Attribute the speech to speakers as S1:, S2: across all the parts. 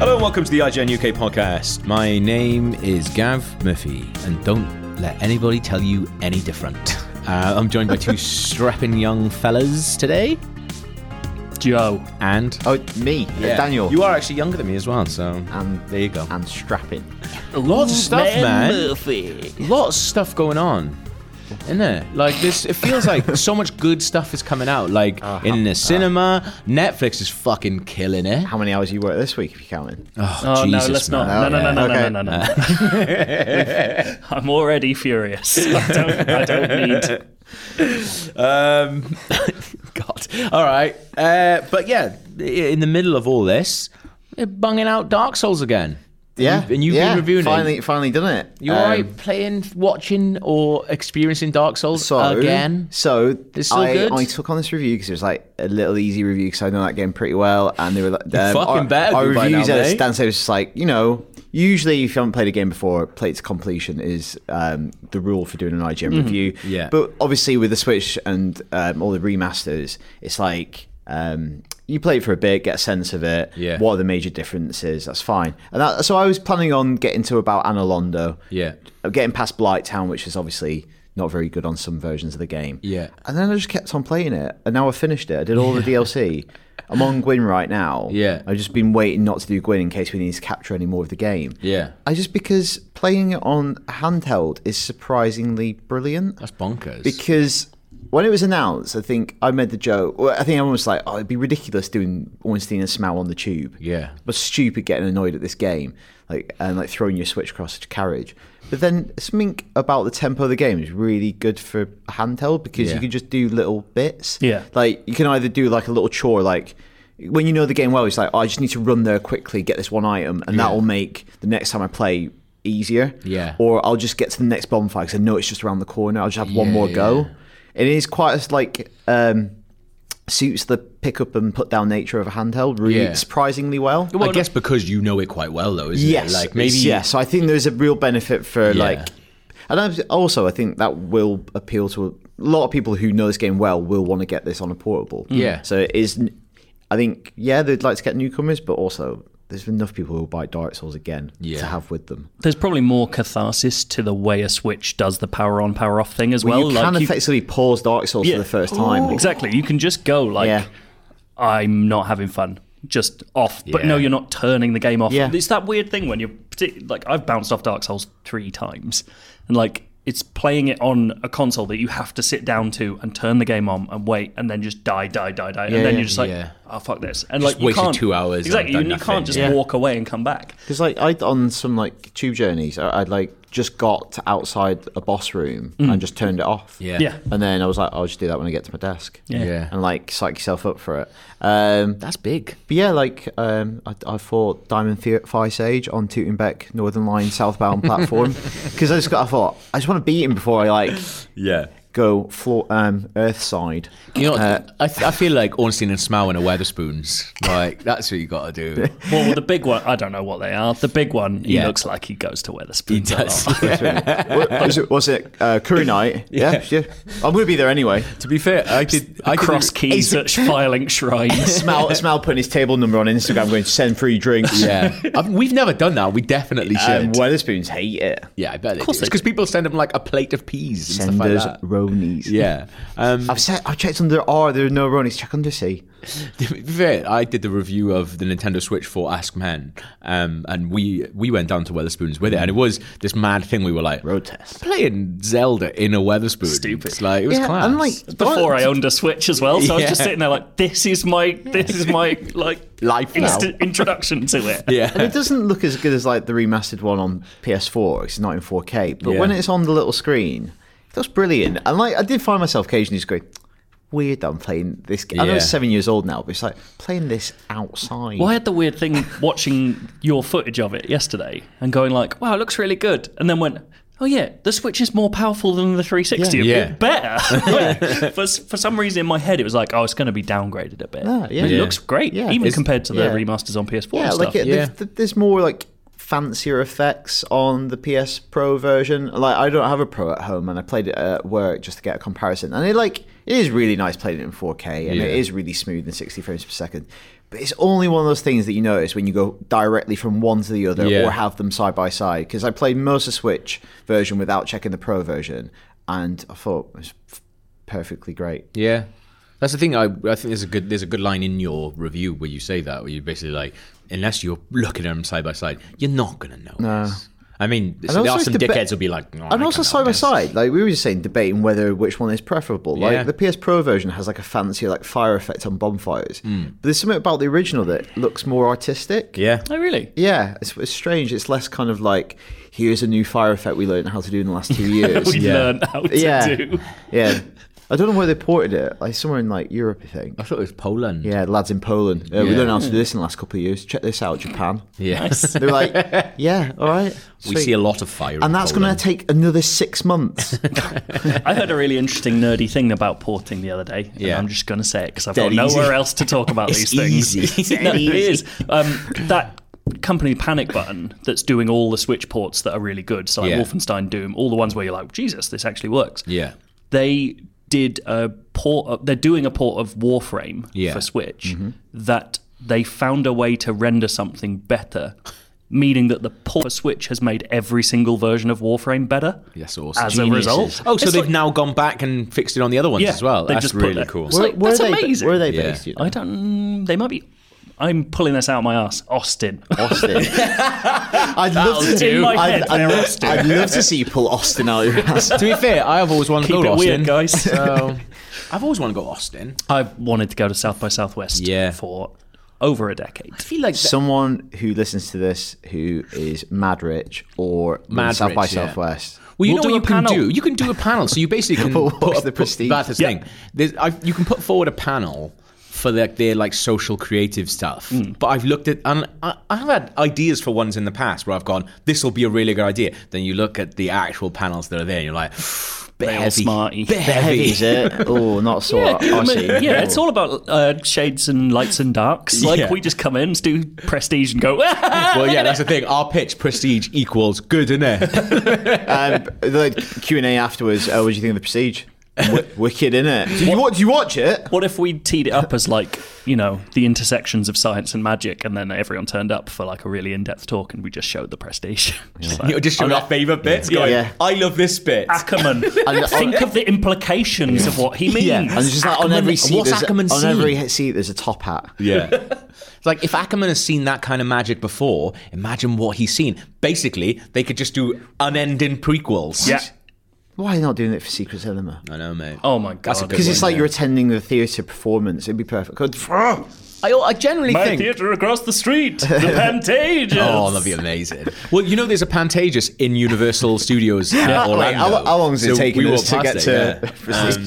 S1: Hello and welcome to the IGN UK podcast.
S2: My name is Gav Murphy, and don't let anybody tell you any different. Uh, I'm joined by two strapping young fellas today,
S3: Joe.
S2: and
S4: Oh, me, yeah. Daniel. Um,
S2: You are actually younger than me as well, so
S4: And-
S2: there you go.
S4: and strapping.
S2: Lots of stuff, man.
S3: Murphy.
S2: Lots of stuff going on. Isn't it? Like this it feels like so much good stuff is coming out. Like
S4: Uh-huh.
S2: in the cinema, Netflix is fucking killing it.
S4: How many hours you work this week if you counting?
S2: Uh,
S3: Oh
S2: Jesus,
S3: no, let's not.
S2: man.
S3: No, no, no, no,
S4: Okay.
S3: no, no, no, no. I'm already furious. I don't, I don't need.
S2: Um, God. All right. Uh, but yeah, i- in the middle of all this, they're bunging out Dark Souls again.
S4: Yeah,
S2: And, you, and you've
S4: yeah,
S2: been reviewing
S4: finally,
S2: it.
S4: Finally, done it.
S2: You all
S4: Um,
S2: right playing, watching, or experiencing Dark Souls again?
S4: So
S2: It's still
S4: I,
S2: good?
S4: I took on this review because it was like a little easy review because I know that game pretty well, and they were like, um,
S2: fucking
S4: our,
S2: better
S4: our
S2: than by
S4: reviews
S2: now,
S4: at a
S2: mate.
S4: stand so it was just like you know. Usually, if you haven't played a game before, play it to completion is um, the rule for doing an IGN review.
S2: Mm-hmm. Yeah.
S4: But obviously, with the Switch and um, all the remasters, it's like um, you play it for a bit, get a sense of it.
S2: Yeah.
S4: What are the major differences? That's fine. And that, so I was planning on getting to about Anolondo.
S2: Yeah.
S4: I'm getting past Blight Town, which is obviously not very good on some versions of the game.
S2: Yeah.
S4: And then I just kept on playing it, and now I finished it. I did all the DLC. I'm on Gwyn right now.
S2: Yeah.
S4: I've just been waiting not to do Gwyn in case we need to capture any more of the game.
S2: Yeah.
S4: I just because playing it on handheld is surprisingly brilliant.
S2: That's bonkers.
S4: Because when it was announced, I think I made the joke. Well, I think everyone was like, "Oh, it'd be ridiculous doing Ornstein and Smell on the tube."
S2: Yeah.
S4: but stupid getting annoyed at this game, like and like throwing your switch across a carriage. But then something about the tempo of the game is really good for handheld because
S2: Yeah.
S4: you can just do little bits.
S3: Yeah.
S4: like you can either do like a little chore, like. When you know the game well, it's like oh, I just need to run there quickly, get this one item, and that will make the next time I play easier.
S2: Yeah.
S4: Or I'll just get to the next bonfire because I know it's just around the corner. I'll just have one
S2: Yeah,
S4: more go.
S2: yeah.
S4: It is quite as like um, suits the pick up and put down nature of a handheld really
S2: Yeah.
S4: surprisingly well.
S2: I guess because you know it quite well, though, isn't
S4: Yes,
S2: it? Like maybe.
S4: yeah. So I think there's a real benefit for
S2: Yeah.
S4: like, and I- also I think that will appeal to a lot of people who know this game well. Will want to get this on a portable.
S2: Yeah.
S4: So it is. I think yeah, they'd like to get newcomers, but also there's enough people who will buy Dark Souls again
S2: Yeah.
S4: to have with them.
S3: There's probably more catharsis to the way a switch does the power on, power off thing as well.
S4: you
S3: like
S4: can
S3: you-
S4: effectively pause Dark Souls
S3: Yeah.
S4: for the first time.
S3: exactly. You can just go like,
S4: Yeah.
S3: I'm not having fun. Just off, but no,
S2: Yeah.
S3: you're not turning the game off.
S4: Yeah.
S3: It's that weird thing when you're partic- like, I've bounced off Dark Souls three times, and like, it's playing it on a console that you have to sit down to and turn the game on and wait, and then just die, die, die, die, and then
S4: yeah,
S3: you're just like,
S2: yeah.
S3: oh fuck this, and like, you
S2: wasted
S3: can't
S2: two hours and I've
S3: exactly.
S2: done
S3: You, you
S2: nothing.
S3: can't just
S2: Yeah.
S3: walk away and come back.
S4: Because like I on some like tube journeys, I, I'd like just got to outside a boss room and just turned it off.
S2: Yeah.
S3: Yeah,
S4: And then I was like, I'll just do that when I get to my desk.
S3: Yeah.
S2: Yeah.
S4: And like psych yourself up for it. Um,
S2: That's big.
S4: but yeah, like um, I, I fought Diamond Fe- Fire Sage on Tootenbeck Northern Line southbound platform because I just got I thought I just want to beat him before I like
S2: Yeah. Uh,
S4: go floor um, Earthside.
S2: You know, I, th- I feel like Ornstein and Smough and a Weatherspoons. Like that's what you got to do.
S3: Well, the big one, I don't know what they are. The big one, he
S2: Yeah.
S3: looks like he goes to Weatherspoons. He
S2: does.
S4: what, was it, was it uh, Curry Night? Yeah. yeah, I'm gonna be there anyway.
S2: to be fair, I did. I
S3: Cross key search filing shrines.
S4: Smell, smell putting his table number on Instagram, going to send free drinks.
S2: Yeah, I've, we've never done that. We definitely should.
S4: Um, Weatherspoons hate it.
S2: yeah, I bet they
S3: course
S2: do.
S3: they
S2: It's because people send them like a plate of peas and
S4: Send us
S2: stuff like that.
S4: Ronies.
S2: Yeah. Um,
S4: I've said I checked under R. There are no Ronies. Check under C.
S2: to be fair, I did the review of the Nintendo Switch for Ask Men, um, and we we went down to Weatherspoons with it, and it was this mad thing. We were like,
S4: Road test.
S2: playing Zelda in a Weatherspoon.
S3: Stupid.
S2: It's like it was class.
S4: and like
S3: Before I owned a Switch as well, so I was just
S2: Yeah.
S3: sitting there like, this is my, this is my like
S2: Life now.
S3: instant introduction to it.
S4: and
S2: yeah,
S4: it doesn't look as good as like the remastered one on PS4. It's not in 4K, but
S2: Yeah.
S4: when it's on the little screen, it looks brilliant. And like I did find myself occasionally just going, weird that I'm playing this game. I know
S2: Yeah.
S4: it's seven years old now, but it's like playing this outside.
S3: Well, I had the weird thing watching your footage of it yesterday and going like, "Wow, it looks really good," and then went, "Oh yeah, the Switch is more powerful than the 360.
S2: Yeah.
S3: a bit better." for s- for some reason in my head, it was like, "Oh, it's going to be downgraded a bit."
S4: Ah, yeah.
S3: But it
S4: Yeah.
S3: looks great,
S4: Yeah,
S3: even
S4: it's-
S3: compared to the
S4: yeah.
S3: remasters on PS4
S4: Yeah,
S3: and stuff.
S4: like it,
S2: Yeah.
S4: There's, there's more like fancier effects on the PS Pro version. Like I don't have a Pro at home, and I played it at work just to get a comparison. And it like it is really nice playing it in 4K, and
S2: Yeah.
S4: it is really smooth and 60 frames per second. But it's only one of those things that you notice when you go directly from one to the other,
S2: Yeah.
S4: or have them side by side. Because I played most of Switch version without checking the Pro version, and I thought it was f- perfectly great.
S2: Yeah, that's the thing. I I think there's a good there's a good line in your review where you say that where you're basically like, unless you're looking at them side by side, you're not gonna notice. I mean, so there
S4: also
S2: are
S4: it's
S2: some
S4: deba-
S2: dickheads who'll be like, "No, I
S4: and also
S2: can't
S4: side by
S2: notice."
S4: side, like we were just saying, debating whether which one is preferable. Like
S2: Yeah.
S4: the PS Pro version has like a fancier like fire effect on bonfires, but there's something about the original that looks more artistic.
S2: Hmm. Yeah,
S3: oh really?
S4: Yeah, it's, it's strange. It's less kind of like here's a new fire effect we learned how to do in the last two years.
S3: We
S2: Yeah.
S3: learned how to
S4: yeah,
S3: do.
S4: yeah. I don't know where they ported it. Like somewhere in like Europe, I think.
S2: I thought it was Poland.
S4: Yeah, the lads in Poland. Uh, We
S2: Yeah.
S4: learned how to do this in the last couple of years. Check this out, Japan.
S2: yes.
S4: They were like, yeah, all right.
S2: we
S4: sweet.
S2: see a lot of fire, in
S4: and that's going
S2: Poland.
S4: to take another six months.
S3: I heard a really interesting nerdy thing about porting the other day. and
S2: Yeah.
S3: I'm just going to say it because I've
S2: Dead
S3: got nowhere
S2: easy.
S3: else to talk about
S2: It's
S3: these things.
S2: easy. It's
S3: No, it is. Um, that company Panic Button that's doing all the Switch ports that are really good, so like
S2: Yeah.
S3: Wolfenstein, Doom, all the ones where you're like, Jesus, this actually works.
S2: Yeah.
S3: They did a port. Of, they're doing a port of Warframe
S2: Yeah. Mm-hmm.
S3: for Switch that they found a way to render something better. Meaning that the port for Switch has made every single version of Warframe better.
S2: That's awesome.
S3: As a result,
S2: Oh, so
S3: It's
S2: they've
S3: like-
S2: now gone back and fixed it on the other ones
S3: Yeah,
S2: as well.
S3: they
S2: That's
S3: just put
S2: really
S3: that-
S2: cool.
S3: It's like, that's
S4: they,
S3: amazing.
S4: Where are they
S2: Yeah.
S4: based? You know?
S3: I don't. They might be. I'm pulling this out of my ass. Austin.
S4: Austin. I'd love to
S3: That'll do. In my head,
S4: I'd,
S3: they're
S4: I'd, love,
S3: Austin.
S4: I'd love to see you pull Austin out of your ass.
S2: to be fair, I have always wanted to
S3: Keep
S2: go
S3: it
S2: to Austin.
S3: weird, guys. Uh,
S4: Um,
S2: So, I've always wanted to go to Austin.
S3: I've wanted to go to South by Southwest
S2: Yeah.
S3: for over a decade.
S2: I feel like that-
S4: Someone who listens to this who is mad rich or
S2: Mad
S4: South by
S2: rich, yeah.
S4: Southwest.
S2: Well, you
S3: We'll
S2: know what
S3: do a
S2: you can
S3: panel.
S2: do. You can do a panel. So you basically can
S4: Watch
S2: put up-
S4: the
S2: put-
S4: Prestige.
S2: That's the
S3: Yeah.
S2: thing. There's, I, you can put forward a panel for like their like social creative stuff. But I've looked at and I, I've had ideas for ones in the past where I've gone, this will be a really good idea. Then you look at the actual panels that are there, and you're like, bit
S3: all
S2: heavy,
S3: smarty.
S2: bit
S4: Heavy,
S2: heavy.
S4: is it? Oh, not so.
S3: Yeah, I mean,
S4: Aussie.
S3: yeah, it's all about uh, shades and lights and darks. Like
S2: Yeah.
S3: we just come in, do prestige, and go. "Ah!" well,
S2: Well, yeah, that's the thing. Our pitch prestige equals good, innit?
S4: Um, the Q and A afterwards. Uh, what do you think of the Prestige? W- wicked, innit? Do you, what, do you watch it?
S3: What if we teed it up as like you know the intersections of science and magic, and then everyone turned up for like a really in-depth talk, and we just showed the prestige. Just like,
S2: You're just showing our favourite bits. Going,
S4: Yeah.
S2: I love this bit.
S3: Ackerman,
S4: And-
S3: think of the implications of what he means.
S4: And it's just like on
S2: Ackerman-
S4: every seat,
S2: what's
S4: there's-
S2: Ackerman
S4: on
S2: seen?
S4: every seat there's a top hat.
S2: Yeah. it's like if Ackerman has seen that kind of magic before, imagine what he's seen. Basically, they could just do unending prequels.
S3: yeah.
S4: Why are you not doing it for Secret Cinema?
S2: I know, mate.
S3: Oh my
S2: That's a
S3: God.
S2: good
S4: Because it's
S2: one,
S4: like
S2: yeah.
S4: you're attending the theatre performance. It'd be perfect. Good.
S2: I, I generally
S3: My
S2: think.
S3: theatre across the street, the Pantages.
S2: Oh, that'd be amazing. well, you know, there's a Pantages in Universal Studios yeah. at
S4: Like,
S2: Orlando.
S4: how, how long is
S2: So
S4: it taking
S2: we
S4: us to
S2: walked
S4: get
S2: past
S4: to?
S2: it,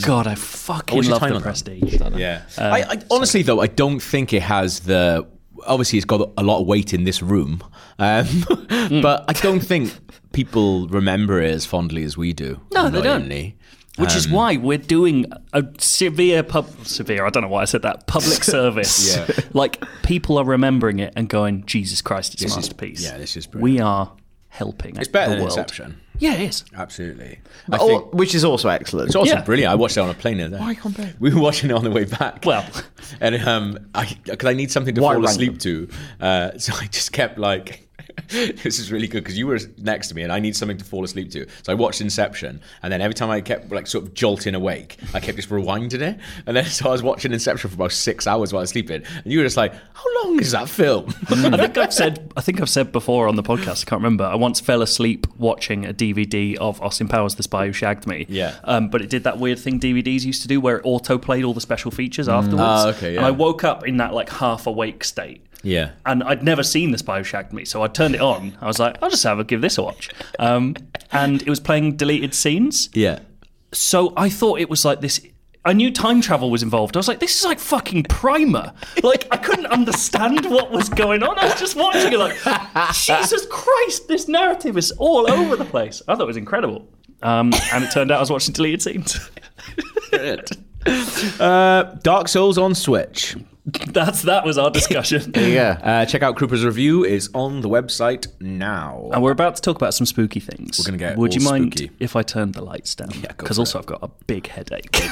S2: yeah.
S3: God, I fucking
S2: What's your
S3: love
S2: time
S3: the
S2: on that?
S3: prestige.
S2: Yeah. I, I, honestly, though, I don't think it has the. Obviously, it's got a lot of weight in this room, um, but I don't think people remember it as fondly as we do.
S3: No, they don't.
S2: annoyingly.
S3: Which is
S2: Um,
S3: why we're doing a severe pub severe. I don't know why I said that. Public service.
S2: Yeah.
S3: Like people are remembering it and going, Jesus Christ, it's a masterpiece.
S2: yeah, this is brilliant.
S3: we are helping.
S2: It's better
S3: the
S2: than
S3: world.
S2: Inception.
S3: Yeah, it is.
S2: Absolutely. I
S4: Oh,
S2: think
S4: which is also excellent.
S2: it's also
S3: yeah.
S2: brilliant. I watched it on a plane the other day.
S4: Why compare?
S2: We were watching it on the way back.
S3: Well.
S2: and um, I because I need something to
S4: Why
S2: fall
S4: rank
S2: asleep to, uh, so I just kept like. This is really good because you were next to me, and I need something to fall asleep to. So I watched Inception, and then every time I kept like sort of jolting awake, I kept just rewinding it, and then so I was watching Inception for about six hours while I was sleeping, and you were just like, "How long is that film?"
S3: I think I've said I think I've said before on the podcast, I can't remember. I once fell asleep watching a DVD of Austin Powers The Spy Who Shagged Me.
S2: Yeah.
S3: Um, but it did that weird thing DVDs used to do where it auto played all the special features afterwards.
S2: Ah, okay,
S3: And
S2: yeah.
S3: I woke up in that like half awake state.
S2: Yeah.
S3: And I'd never seen this Bioshock me, so I turned it on. I was like, I'll just have a give this a watch. Um, and it was playing deleted scenes.
S2: yeah,
S3: So I thought it was like this I knew time travel was involved. I was like, this is like fucking primer. Like, I couldn't understand what was going on. I was just watching it, like, Jesus Christ, this narrative is all over the place. I thought it was incredible. Um, and it turned out I was watching deleted scenes.
S2: Uh, Dark Souls on Switch.
S3: That's that was our discussion.
S4: Yeah.
S2: Uh, check out Krupa's review. is on the website now.
S4: Oh.
S3: And we're about to talk about some spooky things. We're
S2: gonna get
S3: Would
S2: all
S3: you mind
S2: spooky.
S3: if I turned the lights down? Yeah,
S2: go
S3: Because
S2: for
S3: also I've got a big headache.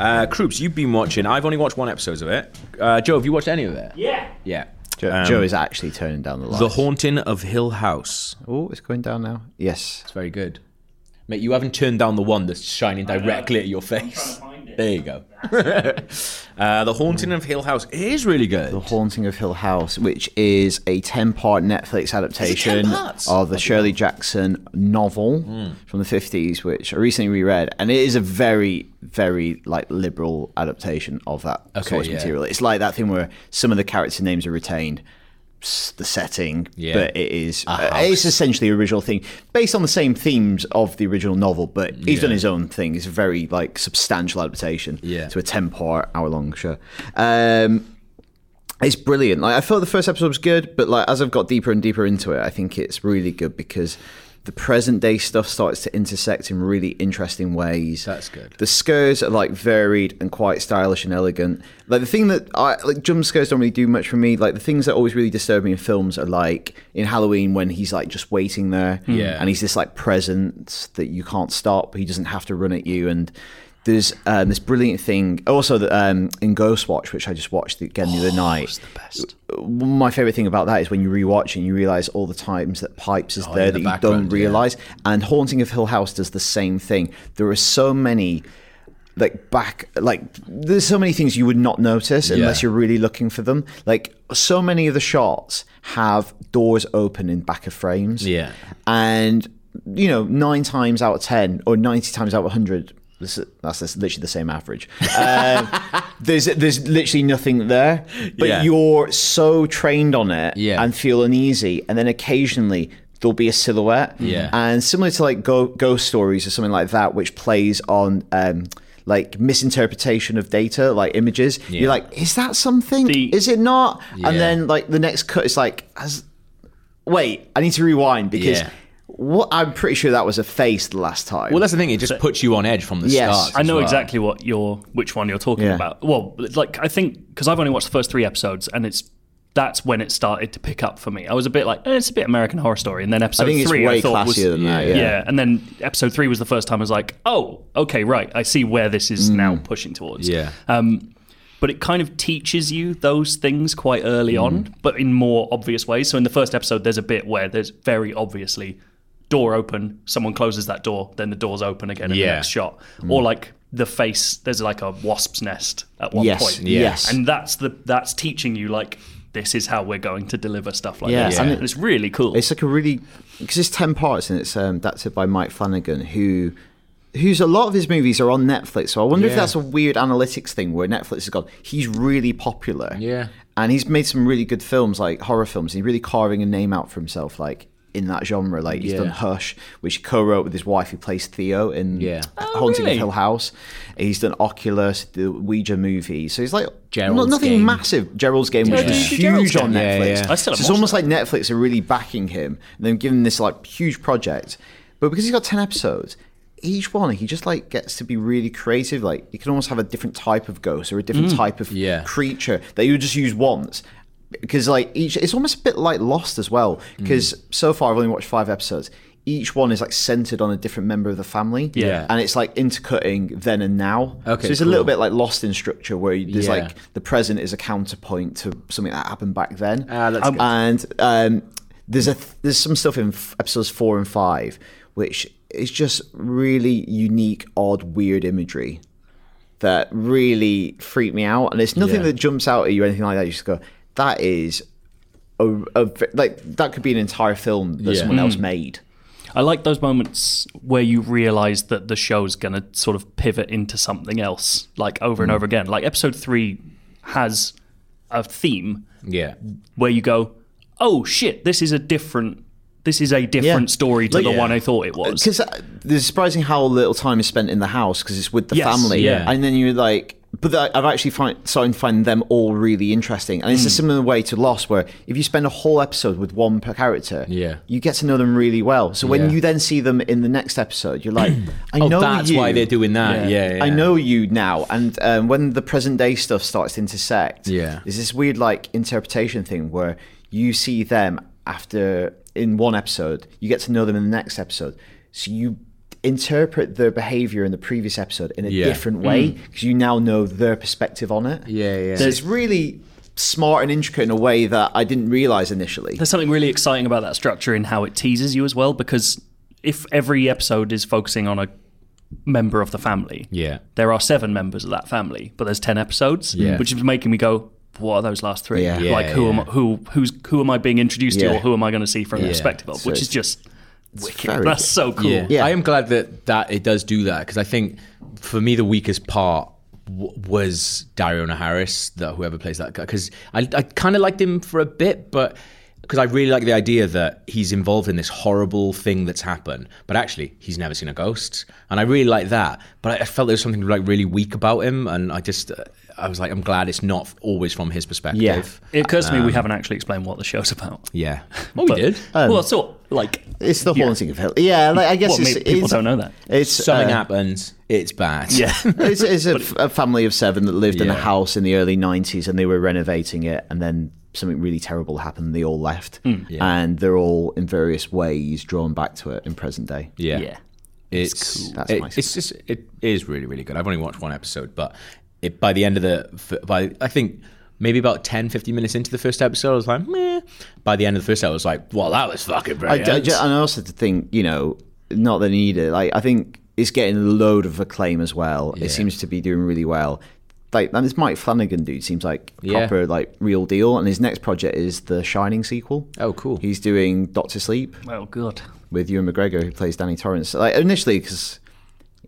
S2: Uh, Krups, you've been watching. I've only watched one episode of it. Uh, Joe, have you watched any of it?
S3: yeah.
S2: Yeah.
S4: Joe,
S2: Um,
S4: Joe is actually turning down the light.
S2: The Haunting of Hill House.
S4: oh, it's going down now. Yes.
S2: It's very good. Mate, you haven't turned down the one that's shining directly at your face. There you go. uh, the Haunting of Hill House is really good.
S4: The Haunting of Hill House, which is a 10 part Netflix adaptation
S2: parts? Hmm.
S4: of the Shirley Jackson novel from the 50s, which I recently reread. And it is a very, very like liberal adaptation of that source
S2: yeah.
S4: material. It's like that thing where some of the character names are retained. s- The setting,
S2: Yeah.
S4: but it is uh, it's essentially the original thing based on the same themes of the original novel, but he's done his own thing. It's a very like substantial adaptation
S2: Yeah.
S4: to a ten part hour long show. Um, it's brilliant. Like I thought the first episode was good, but like as I've got deeper and deeper into it, I think it's really good because the present day stuff starts to intersect in really interesting ways.
S2: That's good.
S4: The scares are like varied and quite stylish and elegant. Like the thing that I like jump scares don't really do much for me. Like the things that always really disturb me in films are like in Halloween when he's like just waiting there.
S2: Yeah.
S4: And he's this like presence that you can't stop. He doesn't have to run at you and there's um, this brilliant thing also the, um, in Ghostwatch, which I just watched again the other night my favorite thing about that is when you rewatch and you realize all the times that Pipes is there
S2: Oh, in
S4: that
S2: the
S4: you don't
S2: background, yeah.
S4: realize. And Haunting of Hill House does the same thing. There are so many like back like there's so many things you would not notice unless
S2: Yeah.
S4: you're really looking for them. Like so many of the shots have doors open in back of frames.
S2: Yeah.
S4: And you know, nine times out of ten, or ninety times out of hundred, this is- that's that's literally the same average. Um, there's there's literally nothing there, but
S2: Yeah.
S4: you're so trained on it
S2: Yeah.
S4: and feel uneasy, and then occasionally there'll be a silhouette.
S2: Yeah.
S4: and similar to like go, ghost stories or something like that, which plays on. Um, like misinterpretation of data, like images. You're like, is that something?
S3: The-
S4: is it not?
S2: Yeah.
S4: And then like the next cut is like, has, wait, I need to rewind because
S2: Yeah.
S4: what I'm pretty sure that was a face the last time.
S2: Well, that's the thing. It just puts you on edge from the
S4: Yes.
S2: start.
S3: I
S2: as
S3: know
S2: well.
S3: exactly what you're, which one you're talking
S4: Yeah.
S3: about. Well, like I think because I've only watched the first three episodes, and it's that's when it started to pick up for me. I was a bit like, eh, it's a bit American Horror Story, and then episode
S4: I think it's
S3: three
S4: way
S3: I thought
S4: classier
S3: was
S4: than that.
S3: yeah.
S4: Yeah.
S3: and then episode three was the first time I was like, oh, okay, right, I see where this
S4: Mm.
S3: is now pushing towards.
S2: Yeah.
S4: Uh,
S3: Um, but it kind of teaches you those things quite early
S4: Mm-hmm.
S3: on, but in more obvious ways. So in the first episode, there's a bit where there's very obviously door open, someone closes that door, then the door's open again in
S2: Yeah.
S3: the next shot,
S4: Mm.
S3: or like the face. There's like a wasp's nest at one
S4: yes,
S3: point,
S4: yes.
S3: and that's the that's teaching you like this is how we're going to deliver stuff like
S4: Yeah,
S3: this.
S4: and
S3: And
S4: it-
S3: it's really cool.
S4: It's like a really because it's ten parts and it's um, adapted by Mike Flanagan, who who's a lot of his movies are on Netflix. So I wonder if
S2: Yeah.
S4: that's a weird analytics thing where Netflix has gone. He's really popular,
S2: Yeah.
S4: and he's made some really good films like horror films. He's really carving a name out for himself, like in that genre. Like he's
S2: Yeah.
S4: done Hush, which he co-wrote with his wife, who plays Theo in
S2: Yeah.
S4: Haunting
S3: Oh, really?
S4: of Hill House. He's done Oculus, the Ouija movie. So he's like
S2: Gerald's
S4: not, nothing
S2: Game.
S4: massive. Gerald's Game, which
S3: did
S4: was
S3: you do Gerald's
S4: huge on
S2: Game? Yeah,
S4: Netflix.
S2: yeah.
S3: I still
S4: So it's
S3: haven't watched
S4: almost like Netflix are really backing him and then giving him this like huge project. But because he's got ten episodes, each one he just like gets to be really creative. Like you can almost have a different type of ghost or a different type of
S2: Mm, Yeah.
S4: creature that you would just use once. Because like each, it's almost a bit like Lost as well.
S2: Mm.
S4: Because so far I've only watched five episodes. Each one is like centered on a different member of the family,
S3: Yeah.
S4: and it's like intercutting then and now.
S2: Okay,
S4: so it's a little
S2: cool.
S4: bit like Lost in structure, where there's
S2: Yeah.
S4: like the present is a counterpoint to something that happened back then.
S2: Ah, that's
S4: Um, and um, there's a th- there's some stuff in f- episodes four and five which is just really unique, odd, weird imagery that really freaked me out. And it's nothing
S2: Yeah.
S4: that jumps out at you or anything like that. You just go, that is a, a v- like that could be an entire film that
S2: Yeah.
S4: someone else made.
S3: I like those moments where you realize that the show's going to sort of pivot into something else, like over and over again. Like episode three has a theme
S2: Yeah.
S3: where you go, oh shit, this is a different This is a different story to
S4: Like- Uh,
S3: the one I thought it was.
S4: Because it's surprising how little time is spent in the house because it's with the
S3: Yes,
S4: family.
S2: yeah.
S4: And then you're like, but I- I've actually find, started to find them all really interesting. And it's
S2: Hmm.
S4: a similar way to Lost, where if you spend a whole episode with one per character,
S2: Yeah.
S4: you get to know them really well. So when
S2: Yeah.
S4: you then see them in the next episode, you're like, I
S2: Oh,
S4: know
S2: that's
S4: you.
S2: why they're doing that. Yeah, yeah,
S4: I know you now, and um, when the present day stuff starts to intersect,
S2: Yeah.
S4: there's this weird like interpretation thing where you see them after in one episode, you get to know them in the next episode, so you interpret their behavior in the previous episode in a
S2: Yeah. Mm.
S4: different way because you now know their perspective on it.
S2: Yeah, yeah.
S4: So it's really smart and intricate in a way that I didn't realize initially.
S3: There's something really exciting about that structure in how it teases you as well, because if every episode is focusing on a member of the family,
S2: Yeah.
S3: there are seven members of that family, but there's ten episodes,
S2: Yeah.
S3: which is making me go, "What are those last three?
S4: Yeah.
S2: Yeah,
S3: like who am
S2: yeah.
S3: who who's who am I being introduced
S4: Yeah.
S3: to, or who am I going to see from the
S2: Yeah.
S3: perspective of?"
S4: So
S3: which is
S4: it's-
S3: just wicked.
S4: very
S3: That's
S4: good.
S3: so cool.
S2: Yeah.
S4: Yeah.
S2: I am glad that that it does do that because I think for me the weakest part w- was Dariona Harris, that whoever plays that guy, because I, I kind of liked him for a bit, but because I really like the idea that he's involved in this horrible thing that's happened, but actually he's never seen a ghost, and I really like that. But I, I felt there was something like really weak about him, and I just uh, I was like, I'm glad it's not always from his perspective.
S4: Yeah.
S3: It occurs to me
S4: Um,
S3: we haven't actually explained what the show's about.
S2: Yeah. Oh, we
S3: But- uh,
S2: did.
S3: well, sort of, like
S4: Um, It's the haunting of Hill. Yeah, like, I guess
S3: well,
S4: it's,
S3: maybe people
S4: it's-
S3: don't know that.
S4: It's
S2: Something
S4: uh,
S2: happens. It's bad.
S3: Yeah.
S4: it's, it's a, f- a family of seven that lived in a
S2: Yeah.
S4: house in the early 90s and they were renovating it and then something really terrible happened they all left
S2: Hmm.
S4: and they're all in various ways drawn back to it in present day
S2: Yeah.
S3: Yeah.
S2: It's
S4: That's
S2: it-
S4: nice.
S2: It's just it is really really good. I've only watched one episode, but it by the end of the f- by I think maybe about 10 15 minutes into the first episode I was like, "Meh." By the end of the first episode I was like, "Well, that was fucking
S4: I,
S2: brilliant."
S4: I ju- and I also to think you know not that I need it like I think it's getting a load of acclaim as well it seems to be doing really well like and this Mike Flanagan dude seems like
S2: Yeah.
S4: proper like real deal and his next project is the Shining sequel
S2: Oh, cool.
S4: he's doing Doctor Sleep
S3: Oh, good.
S4: with Ewan McGregor, who plays Danny Torrance. Like initially, because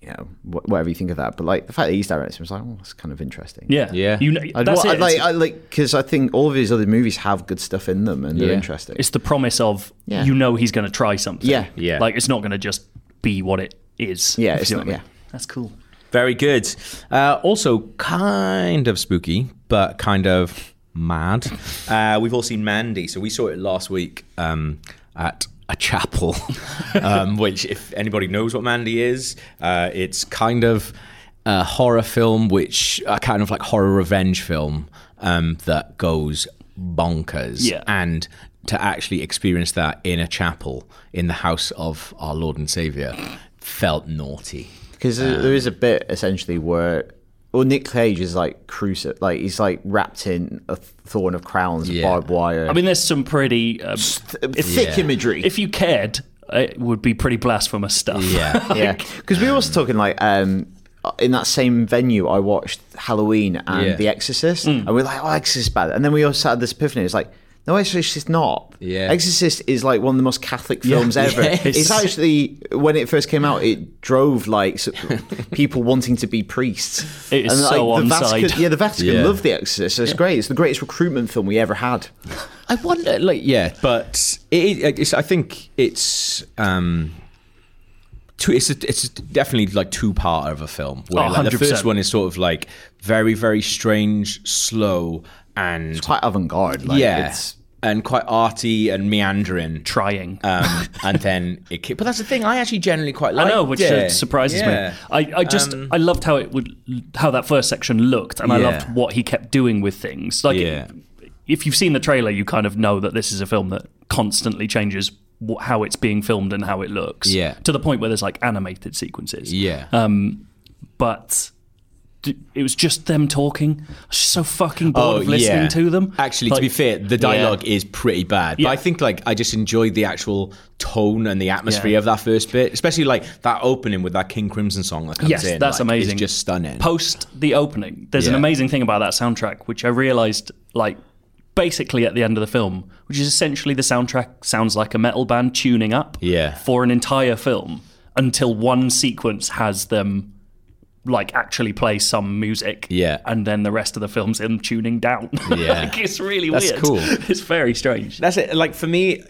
S4: you know wh- whatever you think of that, but like the fact that he's directing was like, oh, that's kind of interesting.
S3: Yeah.
S2: Yeah.
S3: You know,
S4: I'd,
S3: that's
S4: wa-
S3: it.
S4: I'd like, I like, because I think all of his other movies have good stuff in them and they're
S2: Yeah.
S4: interesting.
S3: It's the promise of
S4: Yeah.
S3: you know he's going to try something.
S4: Yeah.
S2: Yeah.
S3: Like it's not going to just be what it is.
S4: Yeah,
S3: if
S4: it's
S3: you know
S4: not-
S3: what I mean. That's cool.
S2: Very good. Uh, also, kind of spooky, but kind of mad. Uh, we've all seen Mandy, so we saw it last week um, at a chapel, um, which, if anybody knows what Mandy is, uh, it's kind of a horror film, which a kind of like horror revenge film um, that goes bonkers.
S3: Yeah.
S2: And to actually experience that in a chapel in the house of our Lord and Savior felt naughty.
S4: Because there is a bit essentially where, well, Nick Cage is like cruci, like he's like wrapped in a thorn of crowns, and
S2: Yeah.
S4: barbed wire.
S3: I mean, there's some pretty. Um,
S4: thick
S2: Yeah.
S4: imagery.
S3: if you cared, it would be pretty blasphemous stuff.
S2: Yeah.
S4: yeah, because we were also talking like um, in that same venue. I watched Halloween and
S2: Yeah. Mm.
S4: The Exorcist, and we were like, "Oh, Exorcist is bad," and then we also had this epiphany. It's like. No, Exorcist is not.
S2: Yeah.
S4: Exorcist is like one of the most Catholic films ever.
S2: Yes.
S4: It's actually when it first came out, it drove like so, people wanting to be priests.
S3: It is so
S4: the
S3: on
S4: Vatican,
S3: side.
S4: Yeah, the Vatican
S2: Yeah.
S4: loved The Exorcist. So it's great. It's the greatest recruitment film we ever had.
S2: I wonder, like, yeah, but it, it's, I think it's um, two, it's a, it's definitely like two part of a film. Where
S3: Oh,
S2: like, the
S3: 100%.
S2: first one is sort of like very, very strange, slow, and
S4: Quite avant-garde. Like,
S2: yeah,
S4: it's-
S2: and quite arty and meandering.
S3: Trying.
S2: Um, and then it, ki- but that's the thing. I actually generally quite like.
S3: I know, which uh,
S2: it.
S3: surprises
S2: Yeah. Um,
S3: me. I, I just I loved how it would how that first section looked, and I
S2: Yeah.
S3: loved what he kept doing with things. Like,
S2: Yeah.
S3: if you've seen the trailer, you kind of know that this is a film that constantly changes wh- how it's being filmed and how it looks.
S2: Yeah.
S3: to the point where there's like animated sequences.
S2: Yeah.
S3: but. d- It was just them talking. I was just so fucking bored of listening
S2: Oh, yeah.
S3: to them.
S2: Actually,
S3: Like-
S2: to be fair, the dialogue is pretty bad. But I think like I just enjoyed the actual tone and the atmosphere
S3: Yeah.
S2: of that first bit, especially like that opening with that King Crimson song that comes
S3: Yes,
S2: in.
S3: that's
S2: like,
S3: amazing.
S2: It's just stunning.
S3: post the opening, there's an
S2: Yeah.
S3: amazing thing about that soundtrack, which I realized like basically at the end of the film, which is essentially the soundtrack sounds like a metal band tuning up
S2: Yeah.
S3: for an entire film until one sequence has them like actually play some music
S2: Yeah.
S3: and then the rest of the film's in tuning down
S2: Yeah.
S3: like it's really
S2: That's
S3: weird
S2: cool.
S3: it's very strange
S2: that's it. Like for me,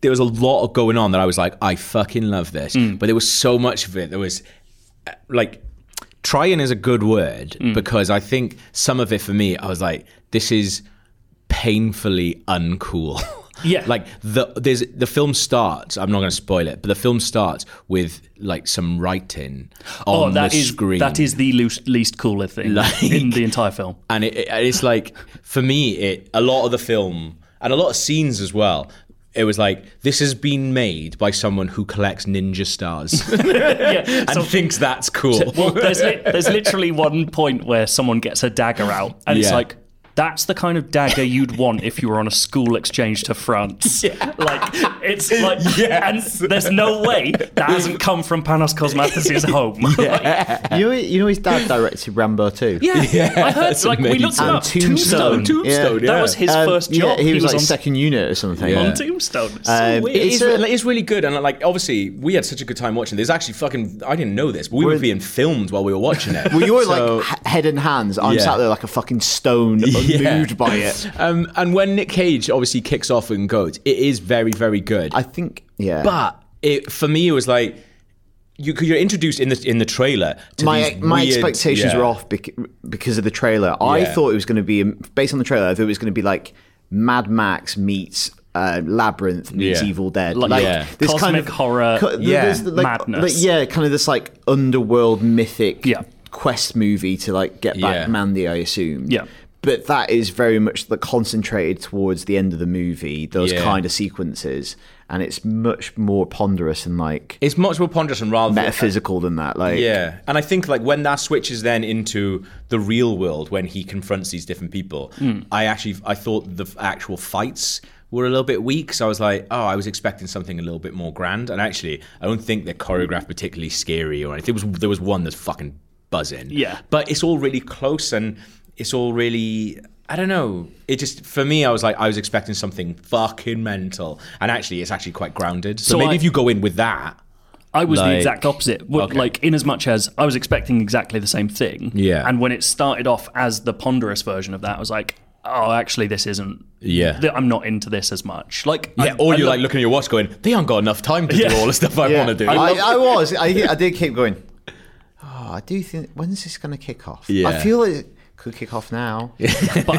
S2: there was a lot of going on that I was like, I fucking love this.
S3: Mm.
S2: But there was so much of it. There was uh, like trying is a good word
S3: Mm.
S2: because I think some of it for me, I was like, this is painfully uncool.
S3: Yeah.
S2: like the there's the film starts. I'm not going to spoil it, but the film starts with like some writing on
S3: Oh, that
S2: the
S3: is-
S2: screen.
S3: that is the loose, least cooler thing
S2: Like-
S3: in the entire film.
S2: and it, it- it's like for me it a lot of the film and a lot of scenes as well it was like this has been made by someone who collects ninja stars and
S3: Yeah. So,
S2: thinks that's cool
S3: well, there's li- there's literally one point where someone gets a dagger out, and it's
S2: Yeah.
S3: like. That's the kind of dagger you'd want if you were on a school exchange to France. Like it's like,
S2: Yes.
S3: and there's no way that hasn't come from Panos Cosmatos' home.
S4: You know, you know his dad directed Rambo too.
S3: Yeah, I heard. Like we looked it
S4: amazing. And
S3: up.
S4: Tombstone.
S3: Tombstone.
S2: Tombstone,
S3: That
S2: yeah.
S3: was his first
S4: Um, yeah,
S3: job.
S4: he, was, like
S3: on,
S4: second unit or something.
S2: Yeah.
S3: on Tombstone. It's
S4: Um,
S3: so weird.
S2: it is,
S4: It's a-
S2: it is really good, and like obviously, we had such a good time watching. There's actually fucking I didn't know this, but we were,
S4: We're-
S2: being filmed while we were watching it.
S4: Well, you're
S2: So-
S4: like h- head and hands. I'm
S2: Yeah.
S4: sat there like a fucking stone,
S2: Yeah.
S4: unmoved by it.
S2: Um, and when Nick Cage obviously kicks off and goes, it is very, very good.
S4: I think, yeah.
S2: but it for me it was like you 'cause you're introduced in the in the trailer to
S4: my
S2: these
S4: my
S2: weird-
S4: expectations
S2: yeah.
S4: were off bec- because of the trailer. I
S2: Yeah.
S4: thought it was going to be based on the trailer. I thought it was going to be like Mad Max meets. Uh, Labyrinth meets
S2: Yeah.
S4: Evil Dead,
S3: Like,
S4: like
S2: Yeah.
S4: this kind
S3: cosmic
S4: of
S3: horror,
S2: yeah,
S4: there's like,
S3: madness.
S4: like, yeah, kind of this like underworld mythic
S3: Yeah.
S4: quest movie to like get back
S2: Yeah.
S4: Mandy, I assume.
S3: Yeah.
S4: but that is very much the concentrated towards the end of the movie. Those
S2: Yeah.
S4: kind of sequences, and it's much more ponderous and like
S2: It's much more ponderous and rather
S4: metaphysical than that. Like,
S2: Yeah, and I think like when that switches then into the real world when he confronts these different people,
S3: Hmm.
S2: I actually I thought the f- actual fights were a little bit weak. So I was like, oh, I was expecting something a little bit more grand. And actually, I don't think they're choreographed particularly scary or anything. There was there was one that's fucking buzzing.
S3: Yeah.
S2: but it's all really close and it's all really. I don't know. It just for me, I was like, I was expecting something fucking mental, and actually, it's actually quite grounded. So,
S3: So
S2: maybe
S3: I-
S2: if you go in with that,
S3: I was the
S2: Like-
S3: exact opposite. W-
S2: Okay.
S3: Like, in as much as I was expecting exactly the same thing.
S2: Yeah.
S3: And when it started off as the ponderous version of that, I was like, oh, actually, this isn't.
S2: yeah,
S3: th- I'm not into this as much. Like,
S2: Yeah,
S3: I-
S2: or
S3: I
S2: you're
S3: lo-
S2: like looking at your watch going, they haven't got enough time to do
S3: Yeah.
S2: all the stuff I
S4: Yeah.
S2: want to do.
S4: I, I was. I, I did keep going. Oh, I do think. When's this going to kick off? I
S2: Yeah.
S4: feel it could kick off now.
S3: but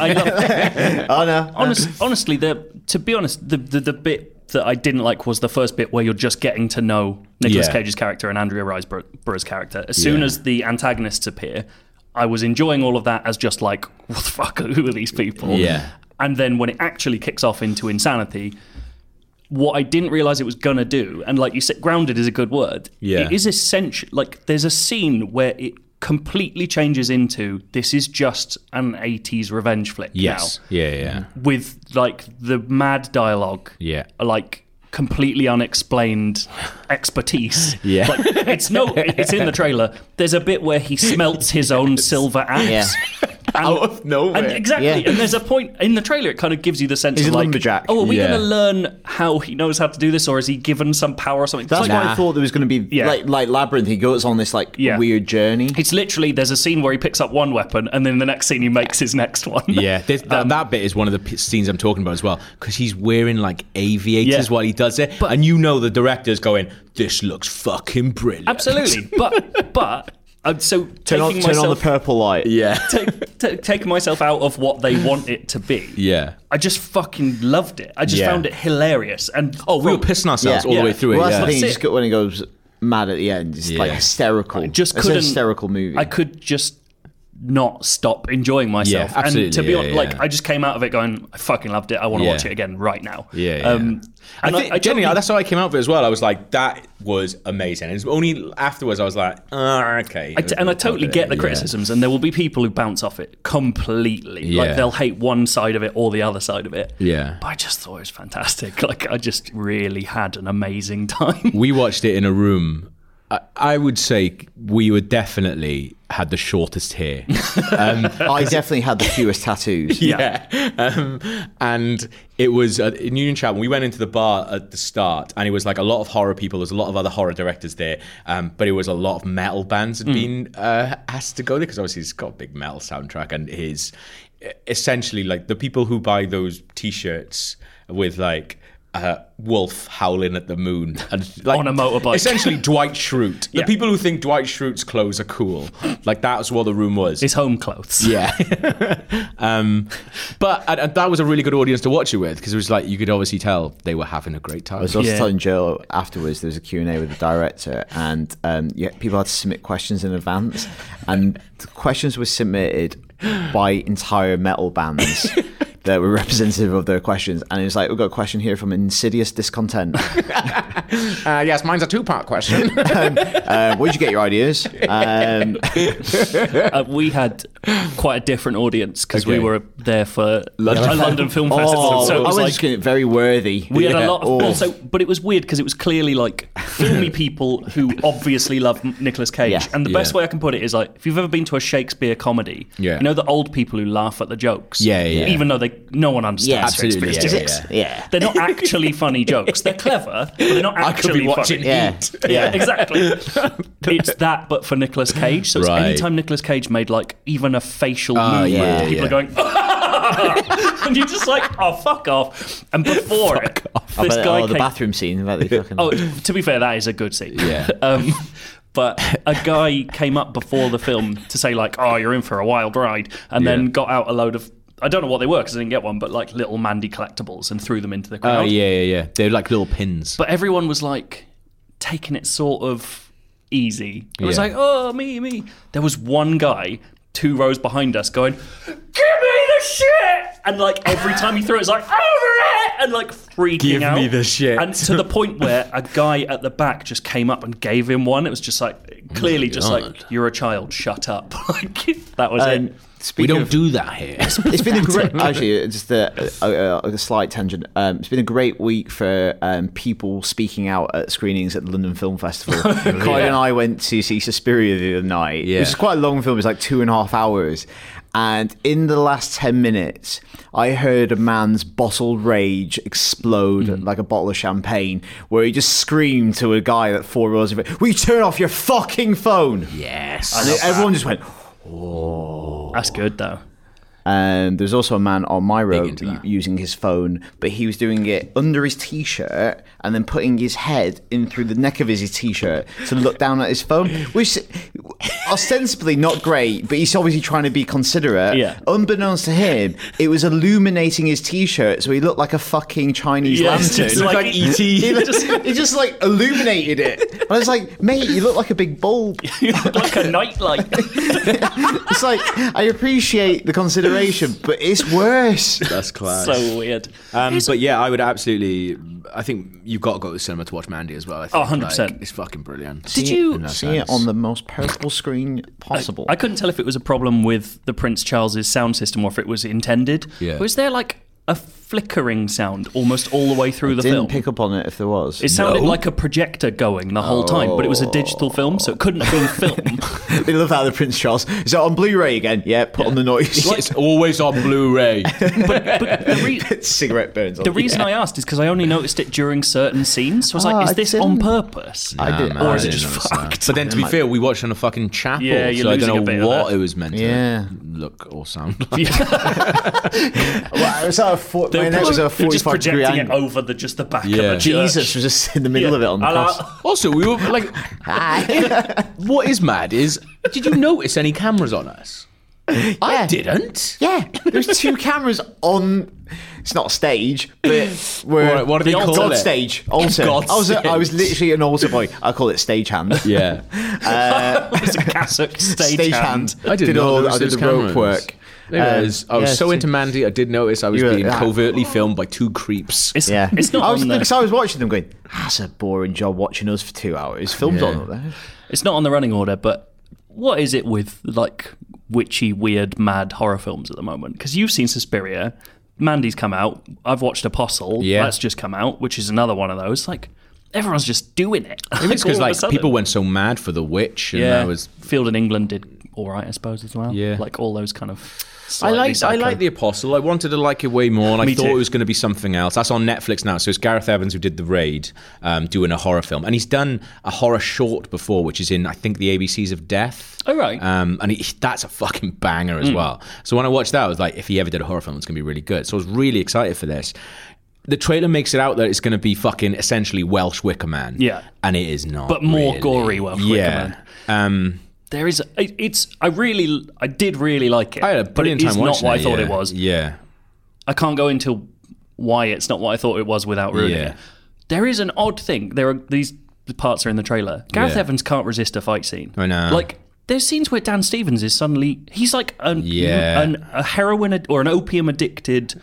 S3: I love,
S4: oh no.
S2: Um,
S3: Honest, honestly, the to be honest, the, the the bit that I didn't like was the first bit where you're just getting to know Nicolas
S2: Yeah.
S3: Cage's character and Andrea Riseborough's character. As soon
S2: Yeah.
S3: as the antagonists appear, I was enjoying all of that as just like, what the fuck? Who are these people?
S2: Yeah.
S3: And then when it actually kicks off into insanity, what I didn't realize it was gonna do, and like you said, grounded is a good word.
S2: Yeah.
S3: It is essential. Like there's a scene where it completely changes into this is just an 80s revenge flick now
S2: Yeah, yeah.
S3: with like the mad dialogue,
S2: Yeah.
S3: like completely unexplained expertise.
S2: Yeah.
S3: like, it's no, it's in the trailer. There's a bit where he smelts his own silver axe.
S4: Yeah.
S3: And,
S2: Out of nowhere.
S3: and exactly,
S4: Yeah.
S3: and there's a point in the trailer. It kind of gives you the sense
S4: He's
S3: of
S4: a
S3: like,
S4: lumberjack.
S3: oh, are we
S2: Yeah.
S3: going to learn how he knows how to do this, or is he given some power or something? It's
S4: That's
S3: like-
S4: why I thought there was going to be
S3: Yeah.
S4: like like labyrinth. He goes on this like
S3: Yeah.
S4: weird journey.
S3: It's literally there's a scene where he picks up one weapon, and then the next scene he makes his next one.
S2: Yeah, there's- that, that bit is one of the p- scenes I'm talking about as well because he's wearing like aviators
S3: Yeah.
S2: while he does it, and you know the director's going, "This looks fucking brilliant."
S3: absolutely. but but uh, so
S4: turn
S3: taking
S4: on, turn
S3: myself,
S4: on the purple light.
S2: Yeah,
S3: take, t- take myself out of what they want it to be.
S2: yeah.
S3: I just fucking loved it. I just
S2: Yeah.
S3: found it hilarious. And
S2: Oh, we were pissing ourselves
S4: Yeah.
S2: all
S3: Yeah.
S2: the way through
S4: well,
S2: it.
S4: that's
S2: Yeah.
S4: the thing.
S3: That's
S4: He just
S3: it.
S4: go- when he goes mad at the end, it's like
S2: Yeah.
S4: hysterical.
S3: just
S4: it's
S3: couldn't.
S4: a hysterical movie.
S3: I could just not stop enjoying myself.
S2: Yeah, absolutely.
S3: And to be
S2: Yeah,
S3: honest,
S2: yeah,
S3: like
S2: yeah.
S3: I just came out of it going, I fucking loved it. I want to
S2: Yeah.
S3: watch it again right now. Um,
S2: Yeah, yeah.
S3: and
S2: I
S3: I,
S2: think,
S3: I
S2: genuinely,
S3: totally-
S2: that's how I came out of it as well. I was like, that was amazing. And it's only afterwards I was like, ah, okay.
S3: I t- and I totally get the criticisms, and there will be people who bounce off it completely.
S2: Yeah.
S3: Like they'll hate one side of it or the other side of it.
S2: Yeah.
S3: But I just thought it was fantastic. Like I just really had an amazing time.
S2: we watched it in a room. I, I would say we were definitely had the shortest hair. Um,
S4: I definitely had the fewest tattoos.
S2: yeah. Um, and it was uh, in Union Chapel. We went into the bar at the start, and it was like a lot of horror people. There's a lot of other horror directors there, um, but it was a lot of metal bands
S3: Hmm.
S2: had been uh, asked to go there because obviously it's got a big metal soundtrack, and e, his essentially like the people who buy those T-shirts with like. uh, wolf howling at the moon and like,
S3: On a motorbike.
S2: Essentially, Dwight Schrute. The
S3: Yeah.
S2: people who think Dwight Schrute's clothes are cool, like that's what the room was.
S3: His home clothes.
S2: Yeah. um, but and, and that was a really good audience to watch it with because it was like you could obviously tell they were having a great
S4: I
S2: time.
S4: was also
S3: Yeah.
S4: telling Joe afterwards there was a Q&A with the director and um, yeah, people had to submit questions in advance and the questions were submitted by entire metal bands that were representative of their questions and it's like we've got a question here from Insidious Discontent.
S2: Uh, yes, mine's a two-part question.
S4: Uh, where'd you get your ideas? Um,
S3: Uh, we had quite a different audience because we
S2: Okay.
S3: were there for a London Film Festival.
S4: oh,
S3: so it
S4: I
S3: was
S4: was
S3: like
S4: just getting very worthy.
S3: we had a lot of
S4: Oh.
S3: also, but it was weird because it was clearly like filmy people who obviously love Nicolas Cage.
S4: Yeah.
S3: And the best
S2: Yeah.
S3: way I can put it is like if you've ever been to a Shakespeare comedy,
S2: Yeah.
S3: you know the old people who laugh at the jokes.
S2: Yeah, yeah, yeah.
S3: Even though they no one
S4: Yeah,
S3: understands
S2: absolutely,
S3: Shakespeare's
S2: yeah, yeah,
S3: jokes.
S2: yeah.
S4: yeah.
S3: They're not actually funny jokes. They're clever, but they're not
S2: I could
S3: actually
S2: be watching
S3: funny.
S4: Yeah.
S2: Eat.
S3: Yeah, exactly. it's that, but for Nicolas Cage. So it's
S2: Right.
S3: anytime Nicolas Cage made like even a facial movement,
S4: yeah,
S3: people
S2: yeah.
S3: are going, and you're just like, oh fuck off. And before it,
S4: Oh,
S3: this
S4: but-
S3: guy
S4: oh, the
S3: came.
S4: bathroom scene. About the fucking...
S3: oh, to be fair, that is a good scene.
S2: Yeah.
S3: Um, but a guy came up before the film to say like, oh, you're in for a wild ride, and then
S2: Yeah.
S3: got out a load of. I don't know what they were because I didn't get one, but like little Mandy collectibles and threw them into the crowd.
S2: Oh yeah, yeah, yeah. They're like little pins.
S3: But everyone was like taking it sort of easy. It was
S2: Yeah.
S3: like, oh, me, me. There was one guy two rows behind us going, give me the shit! And like every time he threw it, it was like, over it! And like freaking
S2: Give
S3: out.
S2: me the shit.
S3: And to the point where a guy at the back just came up and gave him one. It was just like, clearly
S2: Oh
S3: just like, you're a child, shut up. like, that was
S4: Um,
S3: it.
S4: speaking
S2: we don't
S4: of-
S2: do that here.
S4: it's been a great actually just a, a, a, a slight tangent um, it's been a great week for um, people speaking out at screenings at the london film festival Colin and i went to see suspiria the other night
S2: Yeah.
S4: it was quite a long film it was like two and a half hours and in the last 10 minutes i heard a man's bottled rage explode like a bottle of champagne where he just screamed to a guy that four rows of it will you turn off your fucking phone
S2: yes.
S4: and everyone just went
S3: That's good though.
S4: Um, there's also a man on my road
S2: into that.
S4: using his phone, but he was doing it under his t-shirt and then putting his head in through the neck of his t-shirt to look down at his phone, which ostensibly not great, but he's obviously trying to be considerate.
S3: Yeah.
S4: Unbeknownst to him, it was illuminating his t-shirt, so he looked like a fucking Chinese
S3: Yeah, it's
S4: lantern.
S3: just like
S2: like E E.T..
S4: He just, he just like illuminated it. And I was like, mate, you look like a big bulb.
S3: like a nightlight.
S4: It's like, I appreciate the consideration, but it's worse.
S2: That's class.
S3: so weird.
S2: Um, but yeah, I would absolutely. I think you've got to go to the cinema to watch Mandy as well. I think.
S3: Oh, 100%.
S2: Like, it's fucking brilliant.
S3: Did you
S4: see it on the most purple screen possible?
S3: I couldn't tell if it was a problem with the Prince Charles's sound system or if it was intended.
S2: Yeah.
S3: Was there like a flickering sound almost all the way through the
S4: didn't
S3: film?
S4: pick up on it if there was.
S3: it sounded like a projector going the whole time, but it was a digital film, so it couldn't have been film.
S4: they love that the Prince Charles. Is that on Blu-ray again? Yeah, put on the noise.
S2: It's always on Blu-ray.
S3: but the, re-
S4: Cigarette burns.
S3: the reason I asked is because I only noticed it during certain scenes. So I was
S4: Ah,
S3: like,
S4: I
S3: is this on
S4: didn't-
S3: purpose?
S4: I did.
S2: man,
S3: or is
S2: Um, I
S3: it just
S2: didn't understand.
S3: fucked?
S2: But then, to be fair, we watched on a fucking chapel,
S3: Yeah, you're
S2: so I
S3: losing a
S2: don't
S3: bit
S2: know
S3: of
S2: what
S3: that.
S2: it was meant to
S4: Yeah.
S2: look or sound. like.
S3: Yeah.
S4: Well, I was at a four, my neck was at a
S3: They're just
S4: 45 degree
S3: projecting it
S4: angle.
S3: over the just the back
S2: Yeah.
S3: of a church.
S4: Jesus was just in the middle of it on the
S3: Yeah.
S4: cross.
S2: Also, we were like, what is mad is, did you notice any cameras on us? I
S4: Yeah.
S2: didn't.
S4: Yeah, there's two cameras on. It's not a stage, but we're
S2: What- what do they
S4: the
S2: call
S4: God
S2: it?
S4: stage. Altar.
S2: God
S4: I was, a- I was
S2: stage.
S4: literally an altar boy. I call it stagehand.
S2: Yeah.
S3: it was a cassock
S4: Stagehand.
S3: stagehand.
S2: I did,
S4: Did
S2: not
S4: all-
S2: notice
S4: I did
S2: those
S4: the rope
S2: cameras.
S4: work.
S2: There it
S4: Um,
S2: is. I was
S4: yeah,
S2: so
S4: it's-
S2: into Mandy, I did notice I was
S4: You were-
S2: being
S4: ah.
S2: covertly filmed by two creeps.
S3: It's,
S4: Yeah,
S3: it's not
S4: I was
S3: on the,
S4: because I was watching them going. That's a boring job watching us for two hours. Films on up there.
S3: It's not on the running order, but what is it with like witchy, weird, mad horror films at the moment? Because you've seen Suspiria, Mandy's come out. I've watched Apostle.
S2: Yeah.
S3: that's just come out, which is another one of those. Like everyone's just doing it.
S2: Maybe it's because
S3: all of a
S2: like
S3: sudden.
S2: people went so mad for the witch, and
S3: Yeah,
S2: I was.
S3: Field in England did all right, I suppose as well.
S2: Yeah.
S3: like all those kind of.
S2: I
S3: slightly
S2: liked, I
S3: psycho-
S2: liked the Apostle. I wanted to like it way more, and I
S3: Me
S2: thought
S3: too.
S2: it was going to be something else. That's on Netflix now. So it's Gareth Evans who did the raid, um, doing a horror film, and he's done a horror short before, which is in I think the ABCs of Death.
S3: Oh, right.
S2: um, and he, that's a fucking banger
S3: Hmm.
S2: as well. So when I watched that, I was like, if he ever did a horror film, it's going to be really good. So I was really excited for this. the trailer makes it out that it's going to be fucking essentially Welsh Wicker Man.
S3: Yeah.
S2: and it is not.
S3: But more
S2: really.
S3: gory Welsh Wicker Man.
S2: Yeah. Um,
S3: There is. it- It's. I really. I did really like it.
S2: I had a
S3: but
S2: brilliant
S3: it is
S2: time
S3: not
S2: watching
S3: what
S2: it,
S3: I thought
S2: yeah.
S3: it was.
S2: Yeah,
S3: I can't go into why it's not what I thought it was without ruining
S2: Yeah.
S3: it. There is an odd thing. There are these parts are in the trailer. Gareth
S2: Yeah.
S3: Evans can't resist a fight scene.
S2: I know.
S3: Like there's scenes where Dan Stevens is suddenly he's like an,
S2: Yeah.
S3: an a heroin ad- or an opium addicted,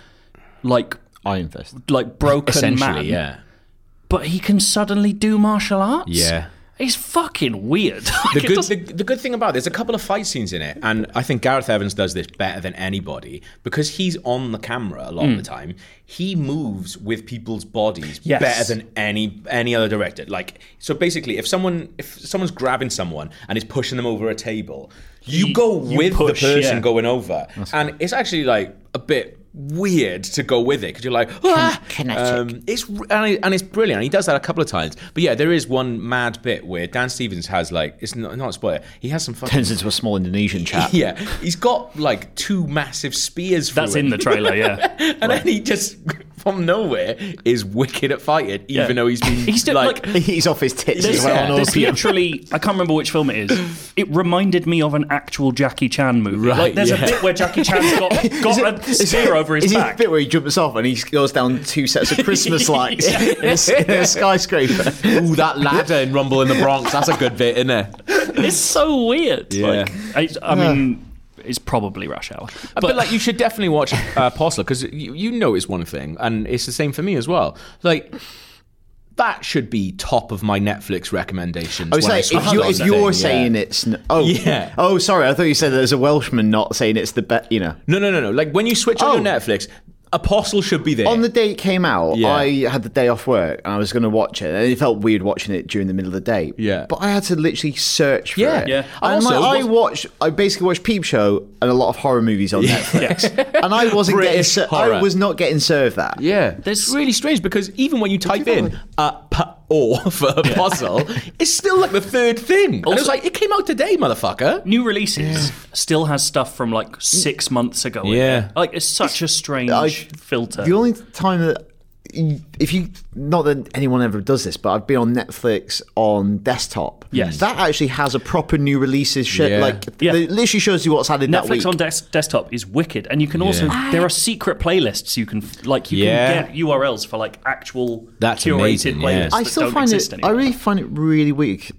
S3: like
S4: Iron Fist.
S3: like broken
S2: essentially.
S3: man.
S2: Yeah,
S3: But he can suddenly do martial arts.
S2: yeah.
S3: It's fucking weird. Like,
S2: the
S3: it
S2: good,
S3: doesn't-
S2: the, the good thing about there's a couple of fight scenes in it, and I think Gareth Evans does this better than anybody because he's on the camera a lot of the time. He moves with people's bodies
S3: Mm. Yes.
S2: better than any any other director. Like so, basically, if someone if someone's grabbing someone and is pushing them over a table, you
S3: He-
S2: go
S3: you
S2: with
S3: push,
S2: the person
S3: yeah.
S2: going over, and it's actually like a bit weird to go with it because you're like ah! Um, it's r- and, it- and it's brilliant. He does that a couple of times. But yeah, there is one mad bit where Dan Stevens has like it's not not a spoiler. He has some fucking
S4: Turns into a small Indonesian chap.
S2: yeah. He's got like two massive spears.
S3: that's
S2: through
S3: in
S2: him.
S3: the trailer. Yeah.
S2: and then he just from nowhere is wicked at fighting, even
S3: Yeah.
S2: though he's been
S3: He's still,
S2: like,
S3: like-
S4: He's off his tits as
S3: There's,
S4: well on
S3: there's
S4: opium.
S3: literally, I can't remember which film it is. It reminded me of an actual Jackie Chan movie.
S2: Right,
S3: like, there's
S2: yeah.
S3: a bit where Jackie Chan's got, got a spear over his
S4: is it
S3: back.
S4: the bit where he jumps off and he goes down two sets of Christmas lights in, a, s- in a skyscraper?
S2: ooh that ladder in Rumble in the Bronx. That's a good bit, isn't it?
S3: It's so weird. Like, I, I mean, it's probably Rush Hour. Um, But,
S2: But, like, you should definitely watch uh, Postler because you, you notice one thing, and it's the same for me as well. Like. That should be top of my Netflix recommendations.
S4: I was
S2: when
S4: like,
S2: switch
S4: if, you,
S2: on
S4: if
S2: that
S4: you're
S2: thing, yeah.
S4: saying it's n- oh
S2: Yeah.
S4: oh sorry, I thought you said there's a Welshman not saying it's the best. You know,
S2: No, no, no, no. Like when you switch on your
S4: Oh.
S2: Netflix, Apostle should be there.
S4: on the day it came out,
S2: Yeah.
S4: I had the day off work and I was going to watch it, and it felt weird watching it during the middle of the day.
S2: Yeah.
S4: but I had to literally search for
S2: Yeah.
S4: it.
S2: Yeah.
S4: and
S2: Also,
S4: like, I
S2: what-
S4: watched, I basically watched Peep Show and a lot of horror movies on Netflix, and I wasn't getting,
S2: British
S4: ser-
S2: horror.
S4: I was not getting served that.
S2: yeah,
S3: There's-
S2: it's really strange because even when you type in uh, pa- or for Apostle, it's still like the third thing. and it was like it came out today, motherfucker.
S3: new releases still has stuff from like six months ago. in
S2: Yeah.
S3: there. Like, it's such a strange
S4: I-
S3: filter.
S4: The only time that if you not that anyone ever does this, but I've been on Netflix on desktop.
S3: Yes.
S4: that actually has a proper new releases shit.
S2: Yeah.
S4: Like
S3: Yeah.
S4: it literally shows you what's added that
S3: Netflix
S4: week.
S3: on des- desktop is wicked, and you can also there are secret playlists you can f- like you
S2: Yeah.
S3: can get URLs for like actual
S2: That's
S3: curated
S2: amazing, yeah.
S3: playlists.
S2: I
S4: I
S3: that
S4: still
S3: don't
S4: find it.
S3: exist Anymore.
S4: I really find it really weak.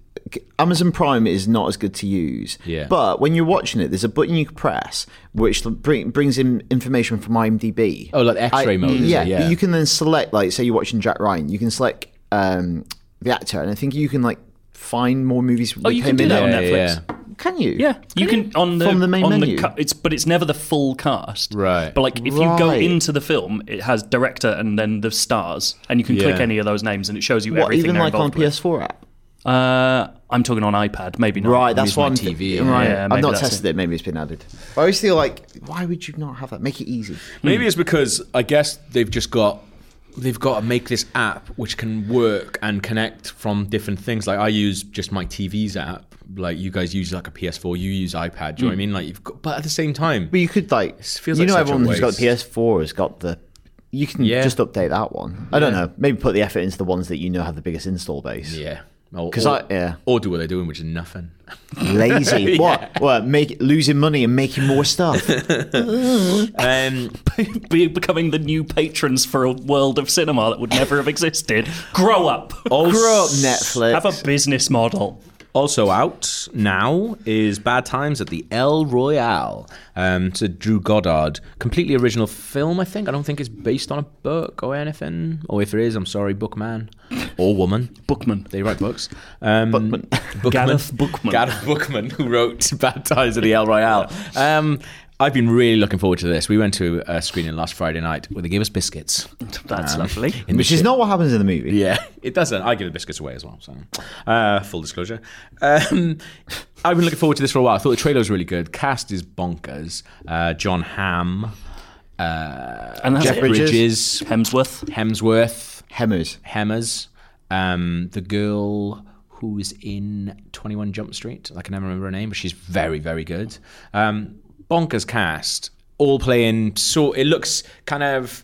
S4: Amazon Prime is not as good to use.
S2: Yeah.
S4: But when you're watching it, there's a button you can press which bring, brings in information from IMDb.
S2: Oh, like X-ray mode, is it?
S4: Yeah,
S2: Yeah.
S4: You can then select, like, say you're watching Jack Ryan, you can select um, the actor, and I think you can like find more movies with
S3: Oh, you
S4: him
S3: can do
S4: in it.
S3: that on Netflix.
S2: yeah.
S4: Can you?
S3: Yeah, you can on the
S4: From the main
S3: on
S4: menu?
S3: The cu- it's but it's never the full cast.
S2: Right.
S3: But like if you go
S4: Right.
S3: into the film, it has director and then the stars, and you can click
S2: Yeah.
S3: any of those names, and it shows you
S4: What,
S3: everything
S4: even
S3: they're
S4: like on
S3: involved with.
S4: PS4 app?
S3: Uh, I'm talking on iPad, maybe not.
S4: Right, that's
S2: my
S4: why I'm th-
S2: TV, yeah.
S4: Right,
S3: Yeah,
S4: I've
S3: maybe
S4: not
S3: that's
S4: tested it. Maybe it's been added. But I always feel like, why would you not have that? Make it easy.
S2: Maybe it's because I guess they've just got they've got to make this app which can work and connect from different things. Like I use just my TV's app. Like you guys use like a PS4, you use iPad. Do you know what I mean? Like you've got, but at the same time,
S4: But you could like,
S2: feels
S4: you
S2: like
S4: know,
S2: such a
S4: everyone who's got
S2: waste.
S4: PS4 has got the. You can
S2: Yeah.
S4: just update that one. I don't know. Maybe put the effort into the ones that you know have the biggest install base.
S2: yeah. Or-
S4: 'Cause
S2: or-
S4: I- yeah.
S2: or do what they're doing, which is nothing.
S4: Lazy. What? What? Make losing money and making more stuff.
S2: Um,
S3: Be becoming the new patrons for a world of cinema that would never have existed. Grow up.
S4: Grow up, Netflix.
S3: Have a business model.
S2: Also out now is Bad Times at the El Royale. Um, it's a Drew Goddard, completely original film. I think. I don't think it's based on a book or anything. Or if it is, I'm sorry, bookman or woman.
S3: Bookman.
S2: They write books. Um, Bookman.
S3: Gareth Bookman.
S2: Gareth Bookman, who wrote Bad Times at the El Royale. Um, I've been really looking forward to this. We went to a screening last Friday night where they gave us biscuits.
S3: That's lovely.
S2: In the
S4: Which is not what happens in the movie.
S2: yeah, it doesn't. I give the biscuits away as well. So, uh, full disclosure. Um, I've been looking forward to this for a while. I thought the trailer was really good. Cast is bonkers. Uh, John Hamm,
S3: And that's
S2: Jeff
S3: it.
S4: Bridges.
S2: Bridges,
S3: Hemsworth.
S2: Hemsworth,
S4: Hemmers.
S2: Hemmers, um, the girl who's in Twenty One Jump Street. I can never remember her name, but she's very, very good. Um, bonkers cast, all playing. So it looks kind of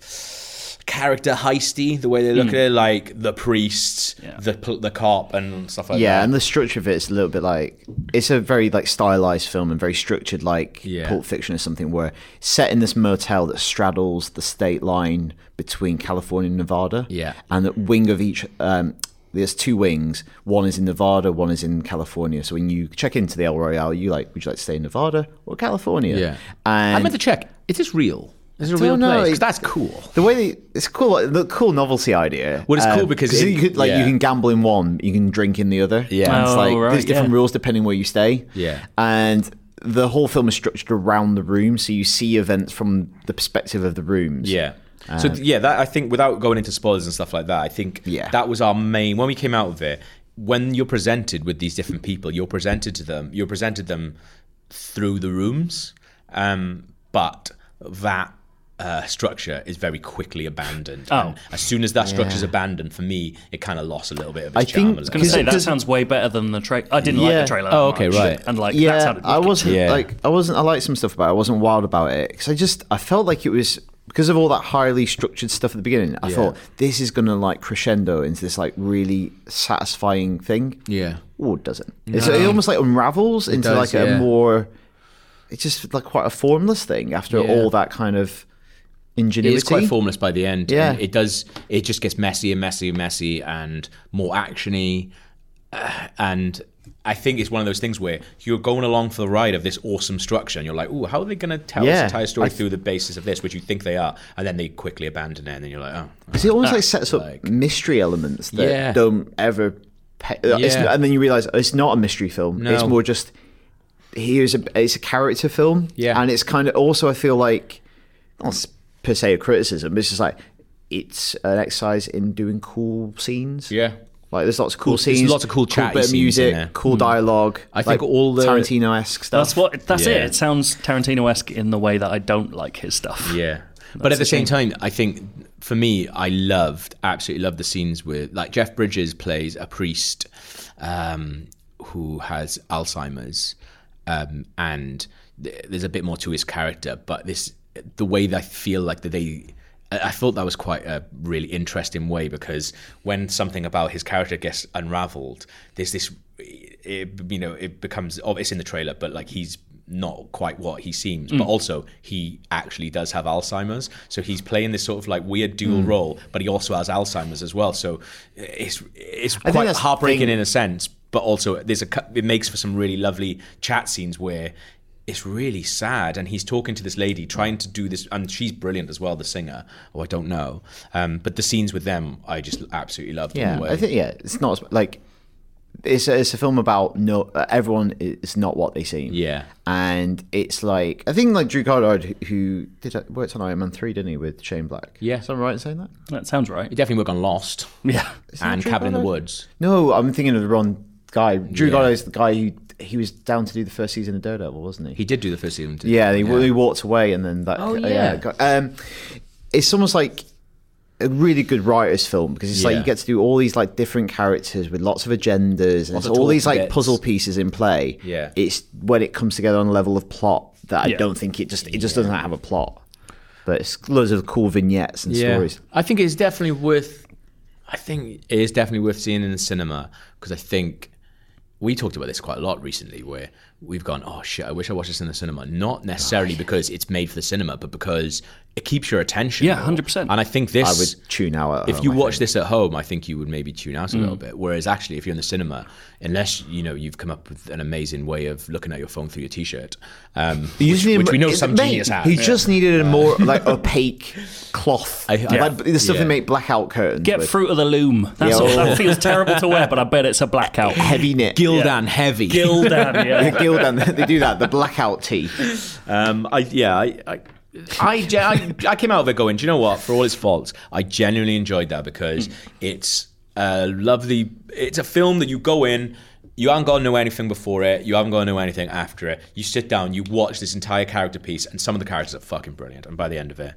S2: character heisty. The way they look at it, like the priests,
S3: Yeah.
S2: the pl- the cop, and stuff like
S4: Yeah,
S2: that.
S4: and the structure of it is a little bit like it's a very like stylized film and very structured, like
S2: Yeah.
S4: Pulp Fiction or something, where it's set in this motel that straddles the state line between California and Nevada.
S2: Yeah.
S4: and the wing of each. Um, there's two wings. One is in Nevada. One is in California. So when you check into the El Royale, you like, would you like to stay in Nevada or California?
S2: Yeah.
S4: and
S2: I meant to check. It is real. It's a
S4: Don't
S2: real
S4: know,
S2: place. 'cause
S4: it-
S2: that's cool.
S4: the way they, it's cool, like, the cool novelty idea. Um,
S2: Well, it's cool because it-
S4: you could, like
S2: yeah.
S4: you can gamble in one, you can drink in the other.
S2: Yeah.
S4: and it's
S3: Oh,
S4: like
S3: right,
S4: there's different
S3: yeah.
S4: rules depending where you stay.
S2: Yeah.
S4: and the whole film is structured around the room, so you see events from the perspective of the rooms.
S2: Yeah. So th- yeah, that I think without going into spoilers and stuff like that, I think
S4: Yeah.
S2: that was our main when we came out of it. When you're presented with these different people, you're presented to them. You're presented them through the rooms, um, but that uh, structure is very quickly abandoned.
S3: Oh.
S2: And as soon as that structure's abandoned, for me, a kind of lost a little bit of its
S4: I
S2: charm.
S4: think-
S2: a little
S3: I was
S4: Is
S3: gonna say
S4: it-
S3: that
S4: does-
S3: sounds way better than the trailer. I didn't like
S4: Yeah.
S3: the trailer.
S2: Oh,
S3: that
S2: okay,
S3: much.
S2: right.
S3: And like that
S4: yeah,
S3: sounded
S4: I
S3: wicked.
S4: wasn't
S2: Yeah.
S4: like I wasn't. I liked some stuff about it. I wasn't wild about it because I just I felt like it was because of all that highly structured stuff at the beginning. I thought this is gonna like crescendo into this like really satisfying thing.
S2: Yeah.
S4: Oh, it doesn't. It's, it almost like unravels into
S2: does,
S4: like a
S2: yeah.
S4: more. It's just like quite a formless thing after
S2: Yeah.
S4: all that kind of ingenuity.
S2: It is quite formless by the end.
S4: Yeah.
S2: and it does. It just gets messy and messy and messy and more actiony. Uh, and I think it's one of those things where you're going along for the ride of this awesome structure, and you're like, "Ooh, how are they going to tell
S4: Yeah.
S2: this entire story
S4: I-
S2: through the basis of this?" Which you think they are, and then they quickly abandon it, and then you're like, "Oh,
S4: 'Cause it almost like sets up mystery elements that
S2: Yeah.
S4: don't ever. Pe- uh, it's,
S2: Yeah.
S4: and then you realize it's not a mystery film. It's
S2: No.
S4: more just here's a it's a character film.
S2: Yeah.
S4: and it's kind of also I feel like not per se a criticism. It's just like it's an exercise in doing cool scenes.
S2: yeah."
S4: Like there's lots of cool
S2: there's
S4: scenes,
S2: lots of cool chatty
S4: bit of
S2: scenes in
S4: music,
S2: there. Hmm.
S4: cool dialogue.
S2: I think all the-
S4: Tarantino esque stuff.
S3: That's what. That's it.
S2: Yeah.
S3: It sounds Tarantino-esque in the way that I don't like his stuff.
S2: Yeah. But at the same time, I think for me, I loved, absolutely loved the scenes with, like, Jeff Bridges plays a priest um, who has Alzheimer's, um, and th- there's a bit more to his character, but this, the way that I feel like that they, I I thought that was quite a really interesting way because when something about his character gets unraveled, there's this, it, you know, it becomes, oh, it's in the trailer, but like he's not quite what he seems,
S4: Mm.
S2: but also he actually does have Alzheimer's. So he's playing this sort of like weird dual
S4: Mm.
S2: role, but he also has Alzheimer's as well. So eh, it's it's quite
S4: that's the
S2: heartbreaking
S4: thing.
S2: in a sense, but also there's a cu- it makes for some really lovely chat scenes where it's really sad and he's talking to this lady trying to do this and she's brilliant as well the singer oh i don't know um, but the scenes with them i just absolutely loved in
S4: yeah,
S2: the way.
S4: I think yeah, it's not as- like it's a, it's a film about no uh, everyone is not what they seem.
S2: Yeah.
S4: and it's like I think like Drew Goddard who did uh, worked on Iron Man three, didn't he, with Shane Black?
S2: Yeah.
S4: is I right in saying that?
S3: That sounds right.
S2: he definitely worked on lost
S3: Yeah.
S2: and
S4: Drew
S2: cabin in the
S4: Goddard?
S2: woods
S4: No, I'm thinking of the wrong guy. Drew
S2: Yeah.
S4: Goddard is the guy who he was down to do the first season of Daredevil, wasn't
S2: he did do the first season didn't he?
S4: Yeah, he, he walked away, and then that.
S2: Oh,
S4: uh,
S2: yeah.
S4: got- um, it's almost like a really good writer's film because it's like
S2: Yeah.
S4: you get to do all these like different characters with lots of agendas and it's
S2: of
S4: all these
S2: talking
S4: like
S2: bits.
S4: puzzle pieces in play.
S2: Yeah.
S4: it's when it comes together on a level of plot that I
S3: Yeah.
S4: don't think it just it just doesn't have a plot. But it's loads of cool vignettes and stories.
S2: I think it's definitely worth. I think it is definitely worth seeing in the cinema because I think we talked about this quite a lot recently, where we've gone, oh shit, I wish I watched this in the cinema. Not necessarily because it's made for the cinema, but because it keeps your attention.
S3: Yeah,
S2: more.
S3: 100%.
S2: And I think this.
S4: I would tune out at
S2: if
S4: home,
S2: you
S4: I
S2: watch
S4: think.
S2: this at home, I think you would maybe tune out a
S4: Mm.
S2: little bit. Whereas actually, if you're in the cinema, unless you know you've come up with an amazing way of looking at your phone through your t-shirt, um,
S4: You
S2: which,
S4: just need a
S2: which
S4: mo-
S2: we know
S4: it-
S2: some
S4: mate,
S2: genius has.
S4: He just needed a more like opaque cloth.
S2: I- I-
S4: like, the stuff
S2: Yeah.
S4: they make blackout curtains.
S3: Get
S4: with.
S3: fruit of the loom. That's
S4: Yeah,
S3: all.
S4: oh.
S3: That feels terrible to wear, but I bet it's a blackout.
S4: heavy knit.
S2: Gildan heavy.
S3: Gildan,
S4: the
S3: yeah.
S4: guild and they do that the blackout tea
S2: Um, I yeah, I. I I, ge- I I came out of it going, do you know what? For all its faults, I genuinely enjoyed that because it's a lovely. It's a film that you go in, you haven't got to know anything before it, you haven't got to know anything after it. You sit down, you watch this entire character piece, and some of the characters are fucking brilliant. And by the end of it,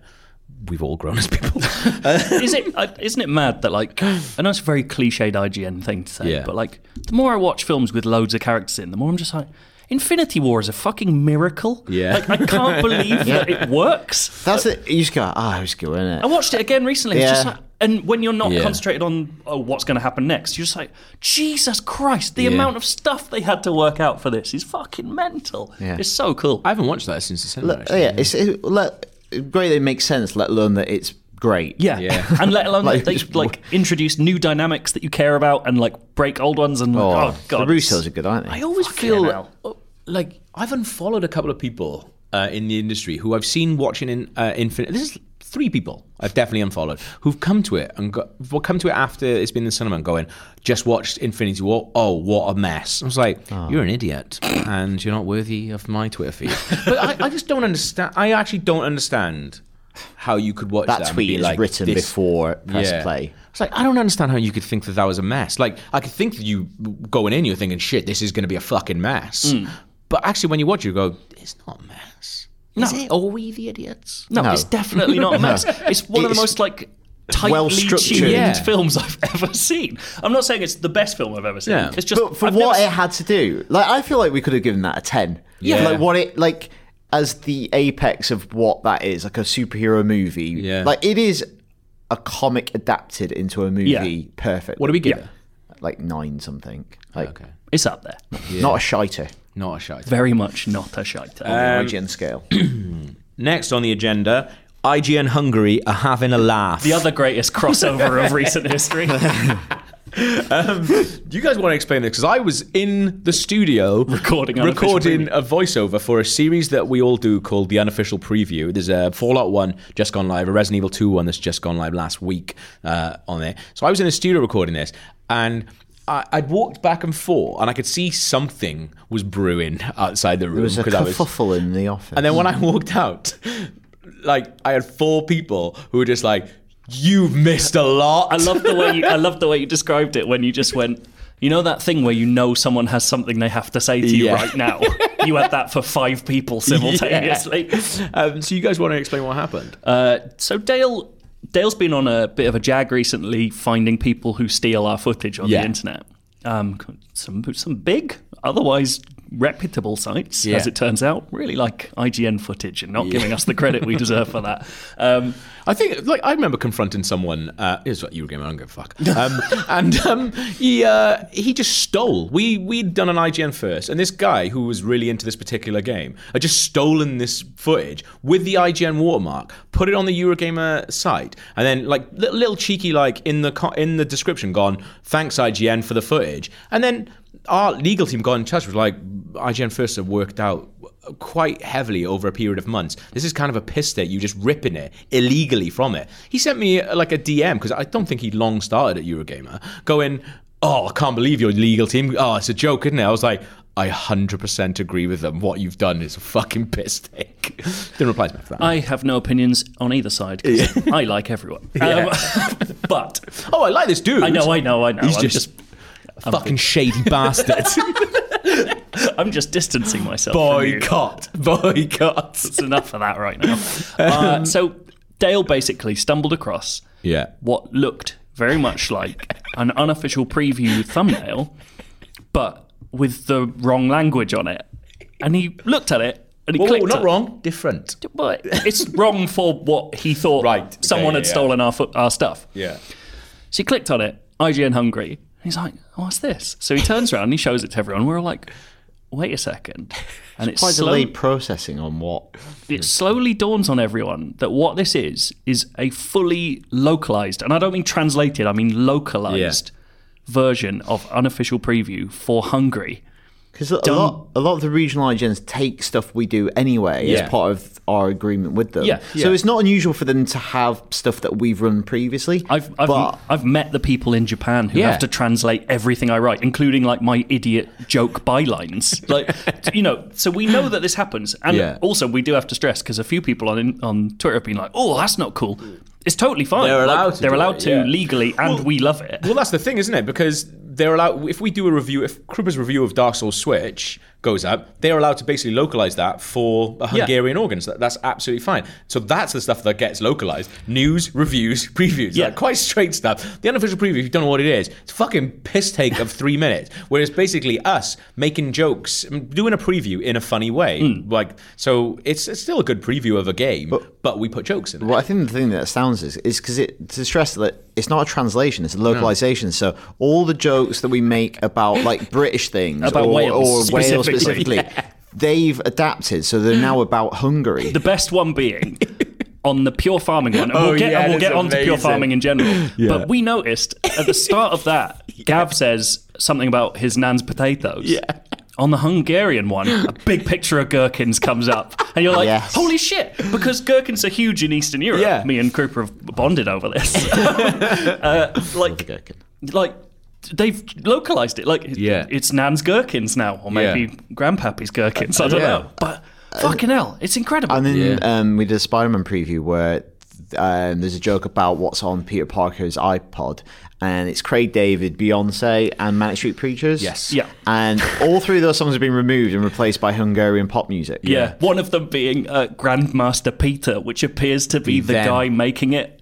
S2: we've all grown as people.
S3: Is it? uh, Isn't it mad that like? I know it's a very cliched IGN thing to say,
S2: Yeah.
S3: but like, the more I watch films with loads of characters in, the more I'm just like, Infinity War is a fucking miracle.
S2: Yeah.
S3: Like, I can't believe that it works.
S4: That's it. You just go, ah, it was good, isn't it?
S3: I watched it again recently. It's just
S4: Yeah.
S3: like, and when you're not
S2: Yeah.
S3: concentrated on oh, what's going to happen next, you're just like, Jesus Christ, the
S2: Yeah.
S3: amount of stuff they had to work out for this is fucking mental.
S4: Yeah.
S3: It's so cool.
S2: I haven't watched that since the cinema.
S4: Look,
S2: actually.
S4: yeah, it's it, let, great. They make sense. Let alone that it's great.
S3: yeah.
S2: Yeah.
S3: and let alone
S4: Like,
S3: like, they
S4: just-
S3: like introduce new dynamics that you care about and like break old ones and like,
S4: Oh,
S3: oh, god,
S4: the Russos are good, aren't they?
S2: I always
S3: Fucking
S2: feel
S3: hell.
S2: uh, like I've unfollowed a couple of people uh, in the industry who I've seen watching in uh, Infinite. This is three people I've definitely unfollowed who've come to it and got, well, come to it after it's been in the cinema and going, just watched Infinity War. Oh, what a mess! I was like,
S4: Ah.
S2: you're an idiot and you're not worthy of my Twitter feed. but I, I just don't understand. I actually don't understand how you could watch
S4: that
S2: that and
S4: tweet
S2: be
S4: is
S2: like,
S4: written
S2: this-
S4: before press play.
S2: it's like I don't understand how you could think that that was a mess. Like I could think that you going in, you're thinking, "Shit, this is going to be a fucking mess."
S3: Mm.
S2: But actually, when you watch, it, you go, "It's not a mess." Is it? Are we the idiots?
S3: No,
S4: No.
S3: it's definitely not a mess. It's one of
S4: It's
S3: the most like tightly
S4: well-structured.
S3: tuned
S2: Yeah.
S3: films I've ever seen. I'm not saying it's the best film I've ever seen.
S2: Yeah.
S3: It's just
S4: But for
S3: I've
S4: what
S3: never-
S4: it had to do, like I feel like we could have given that a ten.
S2: Yeah.
S4: like what it like as the apex of what that is, like a superhero movie.
S2: Yeah.
S4: like it is a comic adapted into a movie.
S3: Yeah.
S4: Perfect.
S2: What do we give?
S3: Yeah.
S2: it?
S4: like nine something? Like
S2: Okay,
S3: it's up there.
S4: not a shiter.
S2: not a shite.
S3: Very much not a shite.
S4: on the IGN scale.
S2: Next on the agenda, IGN Hungary are having a laugh.
S3: the other greatest crossover of recent history.
S2: Do you guys want to explain this? Because I was in the studio
S3: Recording unofficial
S2: recording a voiceover for a series that we all do called the unofficial preview. There's a Fallout one just gone live, a Resident Evil two one that's just gone live last week uh, on there. So I was in a studio recording this, and. I- I'd walked back and forth, and I could see something was brewing outside the room.
S4: There's a
S2: 'cause I was-
S4: kerfuffle in the office.
S2: and then when I walked out, like I had four people who were just like, "You've missed a lot."
S3: I love the way you, I love the way you described it when you just went. You know that thing where you know someone has something they have to say to you
S2: Yeah.
S3: right now. You had that for five people simultaneously.
S2: Um, so you guys want to explain what happened?
S3: Uh, so Dale, Dale's been on a bit of a jag recently, finding people who steal our footage on
S2: Yeah.
S3: the internet. Um, some some big, otherwise reputable sites,
S2: Yeah.
S3: as it turns out, really like IGN footage and not giving us the credit we deserve for that. Um,
S2: I think, like, I remember confronting someone. Uh, it was like, you were game. I don't give a fuck. Um, and um, he uh, he just stole. We we'd done an IGN first, and this guy who was really into this particular game had just stolen this footage with the IGN watermark, put it on the Eurogamer site, and then like li- little cheeky like in the co- in the description gone, thanks IGN for the footage, and then our legal team got in touch with like IGN First have worked out quite heavily over a period of months. This is kind of a piss that you just ripping it illegally from it. He sent me uh, like a DM because I don't think he long started at Eurogamer going, Oh, I can't believe your legal team. Oh, it's a joke, isn't it? I was like, I 100% agree with them. What you've done is a fucking piss take. Didn't reply back to that.
S3: I have no opinions on either side. 'cause I like everyone, um, but
S2: oh, I like this dude.
S3: I know, I know, I know.
S2: He's
S3: I'm
S2: just,
S3: just,
S2: a fucking shady bastard.
S3: I'm just distancing myself. from you.
S2: Boycott. Boycott.
S3: It's enough of that right now. Uh, so Dale basically stumbled across
S2: Yeah.
S3: what looked very much like an unofficial preview thumbnail, but with the wrong language on it. And he looked at it and he
S2: Whoa,
S3: clicked.
S2: not
S3: it.
S2: wrong. Different.
S3: Well, it's wrong for what he thought
S2: Right, okay,
S3: someone
S2: yeah,
S3: had
S2: yeah.
S3: stolen our, fo- our stuff.
S2: Yeah.
S3: So he clicked on it, IGN Hungary. He's like, "Oh, what's this? So he turns around and he shows it to everyone. We're all like, wait a second. And it's
S4: Quite
S3: slow-
S4: delayed processing on what?
S3: it slowly dawns on everyone that what this is is a fully localized, and I don't mean translated, I mean localized version of unofficial preview for Hungary.
S4: Because a lot, a lot of the regional IGNs take stuff we do anyway
S2: Yeah.
S4: as part of our agreement with them.
S3: Yeah.
S4: So it's not unusual for them to have stuff that we've run previously.
S3: I've I've,
S4: but
S3: I've met the people in Japan who
S2: Yeah.
S3: have to translate everything I write, including like my idiot joke bylines. like you know, so we know that this happens, and
S2: Yeah.
S3: also we do have to stress because a few people on on Twitter have been like, "Oh, that's not cool." It's totally fine.
S2: They're
S3: Like,
S2: allowed to
S3: they're
S2: do
S3: allowed
S2: it,
S3: to
S2: yeah.
S3: legally, and we love it.
S2: Well, that's the thing, isn't it? Because they're allowed. If we do a review, if Krupa's review of Dark Souls Switch goes up, they're allowed to basically localize that for a
S3: Yeah.
S2: Hungarian audience. That, that's absolutely fine. So that's the stuff that gets localized: news, reviews, previews.
S3: Yeah.
S2: Like, quite straight stuff. The unofficial preview, if you don't know what it is, it's a fucking piss take of three minutes. Whereas basically us making jokes, mm, doing a preview in a funny way. Like so, it's, it's still a good preview of a game, Hmm. but, we put jokes in. it.
S4: Well, I think the thing that astounds us is because it to stress that it's not a translation; it's a localization. So all the jokes that we make about like British things
S3: About
S4: or,
S3: Wales
S4: or Wales
S3: specifically.
S4: specifically, they've adapted. So they're now about Hungary.
S3: The best one being on the pure farming one. And
S2: Oh,
S3: we'll get,
S2: yeah,
S3: and we'll
S2: that's
S3: get on to pure
S2: amazing.
S3: farming in general. But we noticed at the start of that, Gav says something about his nan's potatoes. Yeah. On the Hungarian one, a big picture of gherkins comes up, and you're like,
S4: Yes.
S3: "Holy shit!" Because gherkins are huge in Eastern Europe.
S2: Yeah.
S3: Me and Cooper have bonded over this. Uh, like, like they've localized it. Like,
S2: Yeah.
S3: it's Nan's gherkins now, or maybe Grandpappy's gherkins. I don't
S2: Yeah. Uh,
S3: know. But fucking hell, it's incredible.
S4: And then
S2: Yeah.
S4: um, we did a Spider-Man preview where um, there's a joke about what's on Peter Parker's iPod, and it's Craig David, Beyonce, and Manic Street Preachers.
S2: Yes.
S3: Yeah.
S4: And all three of those songs have been removed and replaced by Hungarian pop music.
S3: Yeah, one of them being uh, Grandmaster Peter, which appears to be the
S2: Them.
S3: guy making it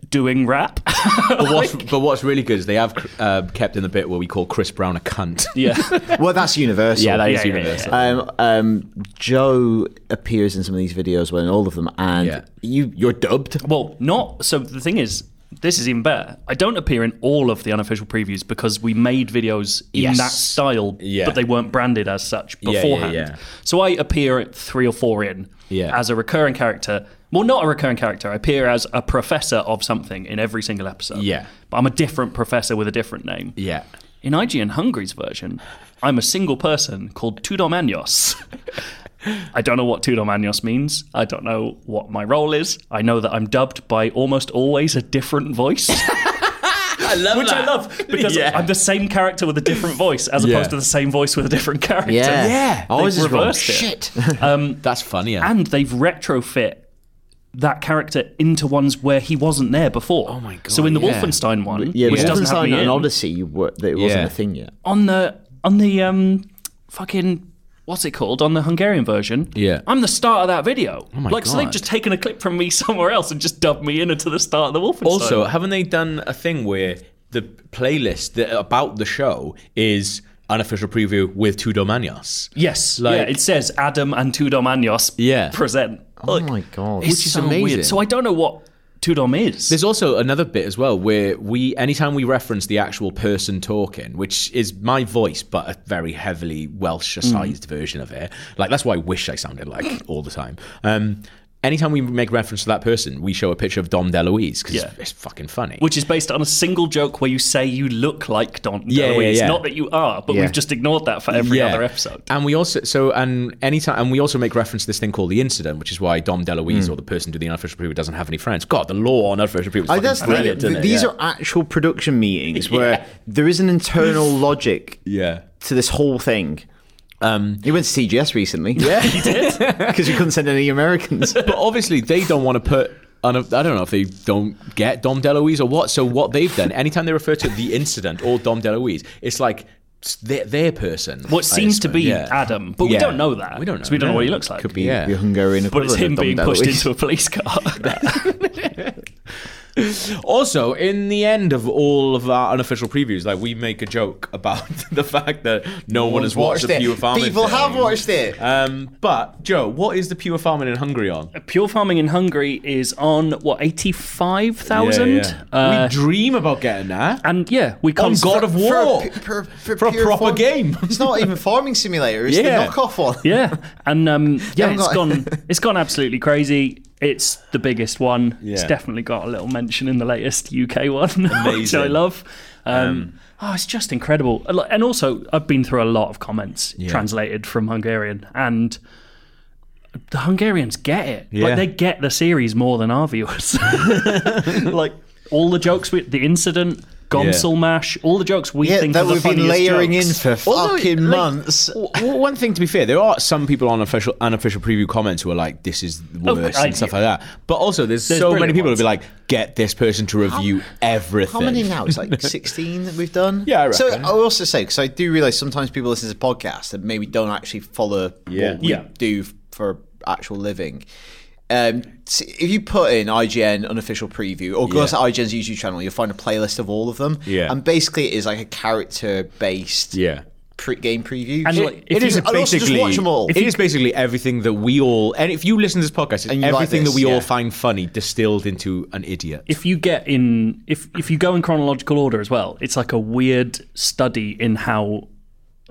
S3: doing rap.
S2: But what's, but what's really good is they have uh, kept in the bit where we call Chris Brown a cunt.
S3: yeah,
S4: Well, that's universal.
S2: that is
S3: Yeah, yeah,
S2: universal.
S4: Um, um, Joe appears in some of these videos, well, in all of them, and
S2: Yeah.
S4: you you're dubbed.
S3: well, not so. The thing is, this is even better. I don't appear in all of the unofficial previews because we made videos in
S2: Yes.
S3: that style,
S2: Yeah.
S3: but they weren't branded as such
S2: yeah,
S3: beforehand.
S2: yeah.
S3: So I appear at three or four in
S2: Yeah.
S3: as a recurring character. Well, not a recurring character. I appear as a professor of something in every single episode.
S2: Yeah.
S3: but I'm a different professor with a different name.
S2: Yeah.
S3: In IGN Hungary's version, I'm a single person called Tudomanios. I don't know what Tudomanios means. I don't know what my role is. I know that I'm dubbed by almost always a different voice,
S2: I love
S3: which I love because
S2: Yeah.
S3: I'm the same character with a different voice as
S2: Yeah.
S3: opposed to the same voice with a different character.
S4: yeah. Always is wrong.
S3: reversed it.
S4: Shit.
S2: That's funnier.
S3: And they've retrofit that character into ones where he wasn't there before. Oh my god! So in the
S2: yeah.
S3: Wolfenstein one,
S4: Yeah,
S3: which doesn't have
S4: Wolfenstein
S3: me
S4: and
S3: in,
S4: Odyssey, you were, that it wasn't
S2: Yeah.
S4: a thing yet.
S3: on the on the um fucking what's it called on the Hungarian version?
S2: Yeah.
S3: I'm the start of that video. Oh
S2: my
S3: like so
S2: God.
S3: they've just taken a clip from me somewhere else and just dubbed me in into the start of the Wolfenstein.
S2: Also, haven't they done a thing where the playlist that, about the show is unofficial preview with Tudo Manios?
S3: yes,
S2: like-
S3: yeah, it says Adam and Tudom Anyos
S2: Yeah.
S3: present.
S4: Oh my god.
S3: it's
S2: is
S3: so
S2: amazing.
S3: weird. So I don't know what Tudom is.
S2: There's also another bit as well where we, anytime we reference the actual person talking, which is my voice, but a very heavily Welshized
S3: Mm.
S2: version of it. Like that's why I wish I sounded like all the time. Um, anytime we make reference to that person, we show a picture of Dom DeLuise because
S3: Yeah.
S2: it's, it's fucking funny.
S3: which is based on a single joke where you say you look like Don
S2: Yeah, yeah,
S3: DeLuise.
S2: yeah.
S3: Not that you are, but
S4: Yeah.
S3: we've just ignored that for every other episode.
S2: And we also so and anytime and we also make reference to this thing called the incident, which is why Dom
S3: Mm.
S2: DeLuise or the person doing the unofficial preview doesn't have any friends. God, the law on unofficial preview. is
S4: I
S2: fucking
S4: that's the,
S2: brilliant, isn't
S4: th-
S2: it?
S4: these
S2: yeah.
S4: are actual production meetings where there is an internal logic
S2: yeah.
S4: to this whole thing. Um, you went to CGS recently. Yeah, you did because you couldn't send any Americans.
S2: But obviously they don't want to put. uno- I don't know if they don't get Dom DeLuise or what. So what they've done, anytime they refer to the incident or Dom DeLuise, it's like it's their, their person.
S3: What
S2: I
S3: seems to be
S2: yeah.
S3: Adam, but we
S2: Yeah.
S3: don't know that.
S2: We don't know,
S3: So we don't know what he
S2: no.
S3: looks like.
S4: Could be
S2: Yeah.
S4: the Hungarian
S3: but it's
S4: equivalent
S3: him
S4: of Dom
S3: being pushed
S4: DeLuise.
S3: into a police car.
S2: Also, in the end of all of our unofficial previews, like we make a joke about the fact that no one has watched, the Pure Farming.
S4: People
S2: thing.
S4: have watched it.
S2: Um, but Joe, what is the Pure Farming in Hungary on?
S3: Pure farming in Hungary is on what eighty five thousand. Uh,
S2: we dream about getting that
S3: and yeah, we
S2: on
S3: can't.
S2: God of War
S4: p-
S2: for, a
S4: pure
S2: proper
S4: farm-
S2: game.
S4: It's not even farming simulator. It's
S2: Yeah.
S4: the knockoff one.
S3: Yeah, and um, yeah,
S4: Haven't
S3: it's
S4: got-
S3: gone. It's gone absolutely crazy. It's the biggest one. It's
S2: Yeah.
S3: definitely got a little mention in the latest UK one, which I
S2: Amazing.
S3: love. Um, oh, it's just incredible. A lo- And also, I've been through a lot of comments translated from Hungarian, and the Hungarians get it.
S2: Yeah.
S3: Like they get the series more than our viewers. like all the jokes with the incident. Gomsel mash, all the jokes we
S4: Yeah,
S3: think
S4: that
S3: are the
S4: we've been
S3: funniest
S4: layering in
S3: jokes.
S4: for
S2: Although,
S4: fucking
S2: like,
S4: months.
S2: w- w- one thing to be fair, there are some people on official unofficial preview comments who are like, "This is the
S3: Oh,
S2: worst"
S3: I-
S2: and stuff like that. But also, there's,
S3: There's
S2: so
S3: brilliant
S2: many people who be
S3: ones.
S2: like, "Get this person to review everything."
S4: How many now? It's like 16 that we've done.
S2: Yeah, I
S4: So
S2: reckon.
S4: I will also say because I do realize sometimes people listen to podcasts that maybe don't actually follow
S2: Yeah.
S4: what we
S3: Yeah.
S4: do f- for actual living. Um, s- if you put in IGN unofficial preview or go
S2: Yeah.
S4: to IGN's YouTube channel, you'll find a playlist of all of them.
S2: Yeah.
S4: and basically it is like a character based
S2: Yeah.
S4: pre- game preview.
S3: And
S4: So-
S3: like,
S2: It
S3: if
S2: is
S3: you-
S4: I'll also just
S2: basically.
S4: watch 'em all.
S2: It
S4: If
S2: is basically everything that we all. And if you listen to this podcast, it's
S4: And you like
S2: everything
S4: this,
S2: that we
S4: yeah.
S2: all find funny distilled into an idiot.
S3: if you get in if if you go in chronological order as well, it's like a weird study in how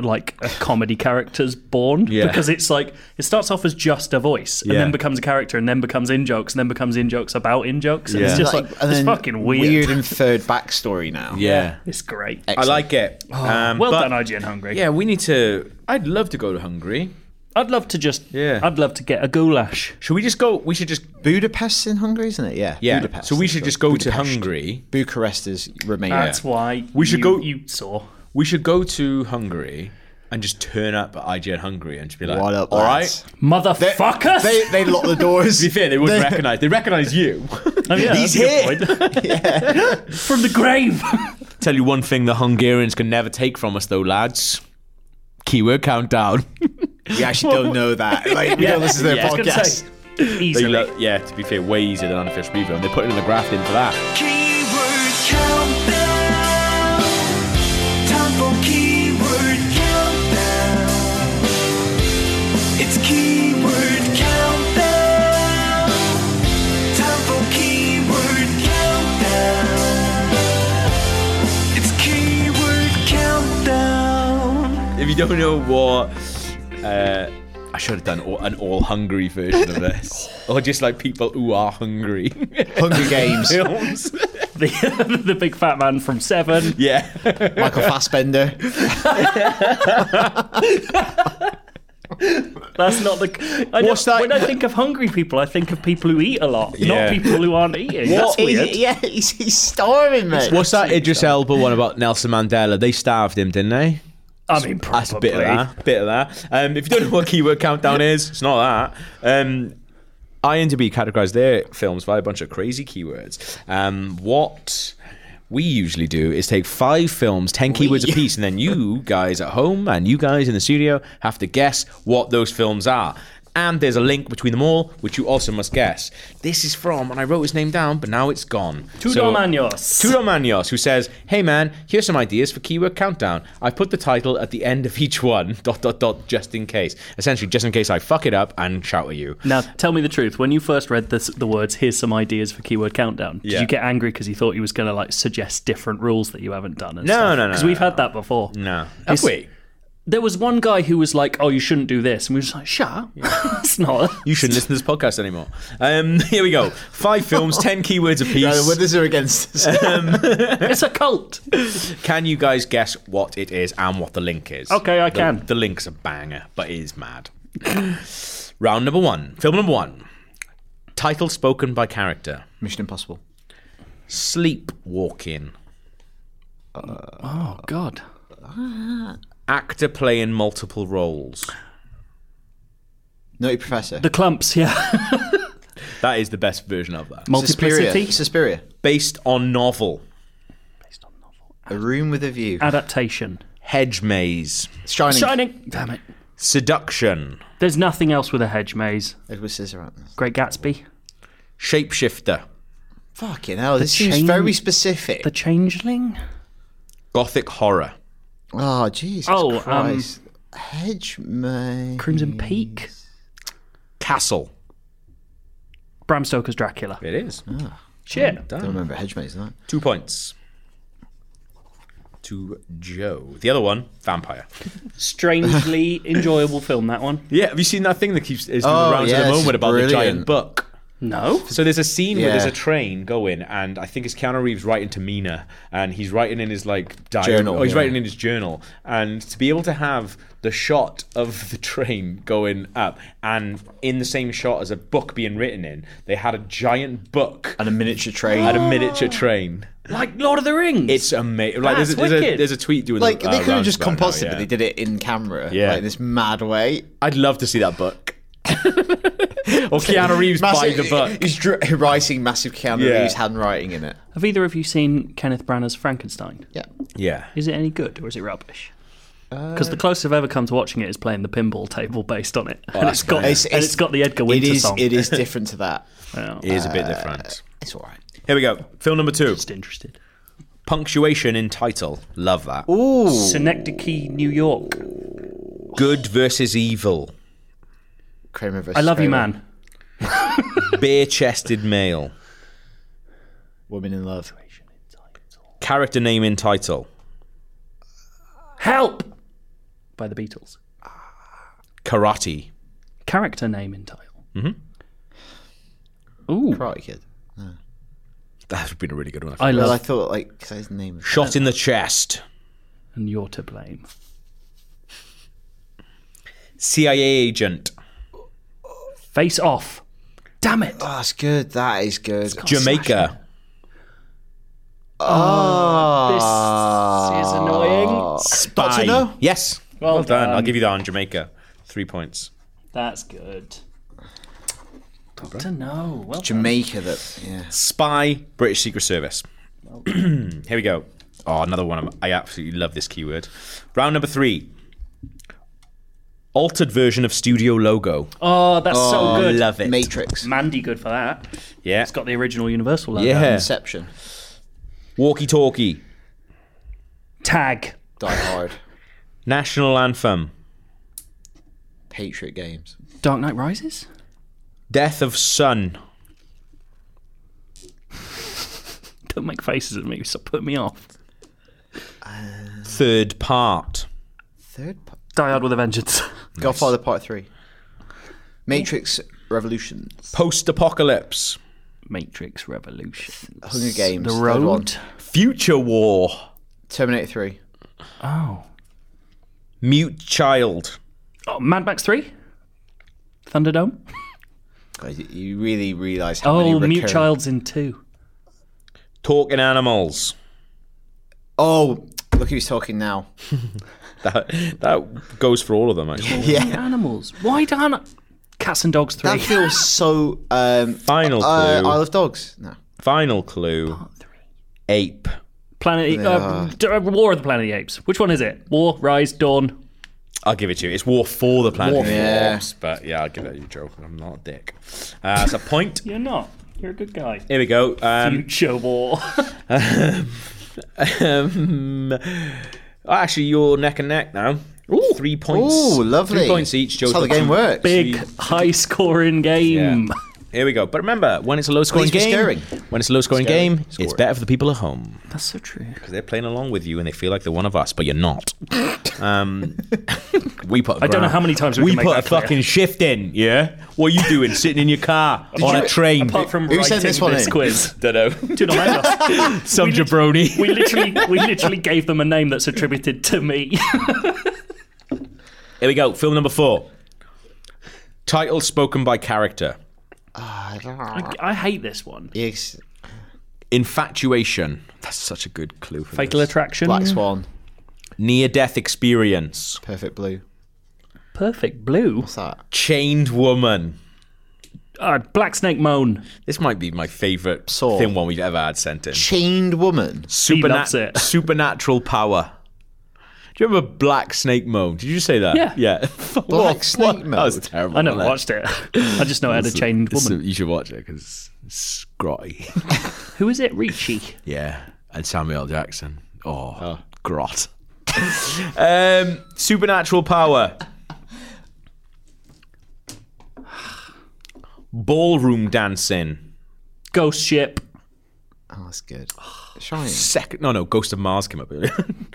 S3: like a comedy character's born
S2: Yeah.
S3: because it's like it starts off as just a voice and
S2: Yeah.
S3: then becomes a character and then becomes in jokes and then becomes in jokes about in jokes and it's
S2: Yeah.
S3: just like,
S4: and
S3: it's
S4: then
S3: fucking weird.
S4: Weird and third backstory now.
S2: yeah.
S3: It's great.
S2: I like it.
S4: Oh,
S2: um,
S3: well
S2: but-
S3: done, IGN Hungry.
S2: Yeah, we need to. I'd love to go to Hungary.
S3: I'd love to just.
S2: Yeah.
S3: I'd love to get a goulash.
S2: Should we just go? We should just.
S4: Budapest's in Hungary, isn't it? Yeah.
S2: Yeah.
S4: Budapest.
S2: so we
S4: it's
S2: should
S4: called.
S2: just go to
S4: Budapest.
S2: Hungary.
S4: Bucharest is Romania.
S3: That's why
S2: We should
S3: you-
S2: go-
S3: You saw.
S2: We should go to Hungary and just turn up at IGN Hungary and just be like,
S4: What up,
S2: all
S4: lads?
S2: right.
S3: Motherfuckers!
S4: They they lock the doors.
S2: To be fair, they would recognize. They recognize you.
S3: Oh, yeah,
S4: He's
S3: that's a good point. From the grave.
S2: Tell you one thing the Hungarians can never take from us, though, lads. Keyword countdown.
S4: we actually don't know that. Like, we don't listen to their
S3: I was gonna
S4: podcast.
S3: say, Easily.
S2: yeah, to be fair, way easier than unofficial review, and they put it in the graft in for that.
S5: Keyword countdown. Time for keyword countdown. It's keyword countdown. Time for keyword countdown. It's keyword countdown.
S2: If you don't know what, uh, I should have done all, an all hungry version of this, or just like people who are hungry
S4: Hunger Games,
S2: films.
S3: the, the big fat man from Seven.
S2: Yeah.
S4: Michael Fassbender.
S3: That's not the. I
S4: What's
S3: know-
S4: that-
S3: When I think of hungry people, I think of people who eat a lot, not
S2: Yeah.
S3: people who aren't eating. That's
S4: He's-
S3: weird.
S4: yeah, he's, he's starving, mate.
S2: What's that Idris Elba one about Nelson Mandela? They starved him, didn't they?
S3: I mean, probably.
S2: That's a bit of that. Bit of that. Um, if you don't know what keyword countdown is, it's not that. Um, IMDb categorise their films by a bunch of crazy keywords. Um, what we usually do is take five films, ten keywords apiece, and then you guys at home and you guys in the studio have to guess what those films are. And there's a link between them all, which you also must guess. This is from, and I wrote his name down, but now it's gone.
S3: Tudor
S2: So-
S3: Manos.
S2: Tudor Manos, who says, "Hey man, here's some ideas for keyword countdown. I put the title at the end of each one. Dot dot dot, just in case. Essentially, just in case I fuck it up and shout at you.
S3: Now, tell me the truth. When you first read this, the words, here's some ideas for keyword countdown, did
S2: Yeah.
S3: you get angry because you thought you was going to like suggest different rules that you haven't done? And
S2: No,
S3: stuff?
S2: no, no,
S3: Because we've
S2: no,
S3: had that before.
S2: No,
S3: It's-
S2: wait,
S3: There was one guy who was like, oh, you shouldn't do this. And we were just like, shut up. it's not.
S2: you shouldn't listen to this podcast anymore. Um, here we go. Five films, ten keywords
S4: Uh,
S2: apiece.
S4: with us or against us?
S3: it's a cult.
S2: Can you guys guess what it is and what the link is?
S3: Okay, I
S2: The-
S3: can.
S2: The link's a banger, but it is mad. Round number one. Film number one. Title spoken by character.
S4: Mission Impossible.
S2: Sleepwalking.
S3: Oh, God.
S2: actor playing multiple roles.
S4: Naughty Professor.
S3: The clumps, yeah.
S2: That is the best version of that.
S4: Suspiria.
S3: Multiplicity.
S4: Suspiria.
S2: Based on novel.
S4: A Room with a View.
S3: Adaptation.
S2: Hedge maze.
S4: Shining.
S3: Uh, Shining. Damn it.
S2: Seduction.
S3: There's nothing else with a hedge maze.
S4: Edward Scissorhands.
S3: Great Gatsby.
S2: Shapeshifter.
S4: Fucking hell, this
S3: chain-
S4: seems very specific.
S3: The Changeling.
S2: Gothic horror.
S4: Oh, Jesus
S3: Oh, um,
S4: Christ. Hedge May.
S3: Crimson Peak.
S2: Castle.
S3: Bram Stoker's Dracula. Mm.
S2: It is.
S4: Oh,
S3: Shit.
S4: I don't remember Hedge Maze, isn't it?
S2: Two points. To Joe. The other one, vampire.
S3: Strangely enjoyable film, that one.
S2: Yeah, have you seen that thing that keeps is doing
S4: Oh,
S2: the rounds at
S4: yes,
S2: the moment about the
S4: brilliant.
S2: giant book?
S3: No.
S2: So there's a scene where there's
S4: Yeah.
S2: a train going, and I think it's Keanu Reeves writing to Mina, and he's writing in his like diary.
S4: Journal,
S2: oh, he's
S4: yeah.
S2: writing in his journal, and to be able to have the shot of the train going up, and in the same shot as a book being written in, they had a giant book
S4: And a miniature train.
S2: and a miniature train.
S3: Like Lord of the Rings.
S2: It's amazing. Like there's a,
S3: That's
S2: there's, a,
S3: wicked.
S2: there's a tweet doing
S4: Like
S2: the, uh,
S4: they could have
S2: rounds
S4: just
S2: about it now,
S4: composed it,
S2: yeah.
S4: but they did it in camera,
S2: Yeah.
S4: like in this mad way.
S2: I'd love to see that book. or Keanu Reeves by the book.
S4: He's dr- writing massive Keanu
S2: Yeah.
S4: Reeves handwriting in it.
S3: Have either of you seen Kenneth Branagh's Frankenstein?
S4: Yeah,
S2: Yeah.
S3: Is it any good or is it rubbish? Because
S4: Uh,
S3: the closest I've ever come to watching it is playing the pinball table based on it, and it's got
S4: It's-
S3: and
S4: it's-
S3: it's got the Edgar
S4: it
S3: Winter
S4: is.
S3: song.
S4: It is different to that.
S3: Well,
S2: It is a bit different.
S4: It's all right.
S2: Here we go. Film number two.
S3: just interested.
S2: Punctuation in title. Love that.
S3: Synecdoche, New York.
S2: Good versus evil.
S4: Kramer versus
S3: I love you,
S4: Kramer.
S3: man.
S2: Bare chested male.
S4: Woman in love.
S2: Character name in title.
S3: Help by the Beatles.
S2: Karate.
S3: Character name in title. Mm-hmm.
S4: Karate Kid.
S2: That would been a really good one.
S3: I
S4: Well, I
S3: love
S4: thought like 'cause his name. Was...
S2: Shot in the chest.
S3: and you're to blame.
S2: CIA agent.
S3: Face off. Damn it.
S4: Oh, that's good. That is good.
S2: Jamaica.
S3: This is annoying.
S2: Spy.
S4: know?
S2: Yes. Well, done.
S3: Um,
S2: I'll give you that on Jamaica. Three points.
S3: That's good. Doctor No. Well,
S4: Jamaica. That yeah.
S2: Spy, British Secret Service. Here we go. Oh, another one. of- I absolutely love this keyword. Round number three. Altered version of studio logo.
S3: oh, that's so good.
S2: love it.
S4: Matrix.
S3: Mandy, good for that.
S2: Yeah.
S3: It's got the original Universal logo.
S2: yeah.
S4: Inception.
S2: Walkie talkie.
S3: Tag.
S4: Die Hard.
S2: National anthem.
S4: Patriot Games.
S3: Dark Knight Rises.
S2: Death of Sun.
S3: Don't make faces at me. So put me off.
S2: Third part.
S4: Third. Part.
S3: Die Hard with a Vengeance.
S4: Godfather Part Three. Matrix Revolutions.
S2: Post apocalypse.
S3: Matrix Revolution.
S4: Hunger Games.
S3: The
S4: third one.
S3: Road.
S2: Future war.
S4: Terminator Three.
S3: Oh.
S2: Mute child.
S3: Oh, Mad Max Three. Thunderdome.
S4: Guys, you- you really realise how many
S3: Oh, Mute
S4: recurring-
S3: Child's in two.
S2: Talking animals.
S4: Oh, look who's talking now.
S2: That, that goes for all of them, actually.
S4: Yeah,
S3: Animals. Why don't I- Cats and Dogs Three?
S4: that feels so. Um,
S2: Final clue.
S4: uh, Isle of Dogs. No,
S2: Final clue. Ape.
S3: Planet uh, d- uh, War of the Planet of the Apes. Which one is it? War, Rise, Dawn.
S2: I'll give it to you. It's war for the planet. of the
S4: yeah.
S2: Apes, but yeah, I'll give that to you, Joe. I'm not a dick. Uh, it's a point.
S3: You're not. You're a good guy.
S2: Here we go. Um,
S3: Future War.
S2: um, actually, you're neck and neck now. Three points.
S4: Ooh, lovely.
S2: Three points each. Joe's
S4: That's how the
S2: got
S4: game
S2: two.
S4: works.
S3: Big, high scoring game.
S2: Yeah. Here we go. But remember, when it's a low-scoring
S4: Please be
S2: game,
S4: scaring.
S2: when it's a low-scoring
S4: Scaring.
S2: game,
S4: Score
S2: it's
S4: it.
S2: better for the people at home
S3: That's so true.
S2: because they're playing along with you and they feel like they're one of us, but you're not. um, we put. I
S3: don't know how many times we
S2: we
S3: can make
S2: put a
S3: that clear.
S2: fucking shift in. Yeah. What are you doing? Sitting in your car on a train?
S3: Apart from
S4: Who
S3: writing
S4: sent this
S3: this,
S4: one in?
S3: quiz,
S2: don't know.
S3: do not mind us.
S2: Some
S3: lit-
S2: jabroni.
S3: We literally, we literally gave them a name that's attributed to me.
S2: Here we go. Film number four. Title spoken by character.
S3: I hate this one.
S4: Yes,
S2: Infatuation. That's such a good clue. For
S3: Fatal Attraction.
S4: Black Swan.
S2: Near death experience.
S4: Perfect Blue.
S3: Perfect Blue.
S4: What's that?
S2: Chained woman.
S3: Uh, Black Snake Moan.
S2: This might be my favorite
S4: Saw.
S2: thin one we've ever had sent in.
S4: Chained Woman.
S3: loves it.
S2: Supernatural power. Do you remember Black Snake Moan? Did you say that?
S3: Yeah.
S2: Yeah.
S4: Black Snake
S2: That was
S4: Moan.
S2: terrible.
S3: I never
S2: wasn't it?
S3: watched it. I just know I had a chained
S2: It's-
S3: woman.
S2: You should watch it because it's grotty.
S3: Who is it? Ricci.
S2: Yeah, and Samuel Jackson. Oh, grot. um, supernatural power. Ballroom dancing.
S3: Ghost Ship.
S4: Oh, that's good. Shining.
S2: Second, no, no, Ghost of Mars came up earlier.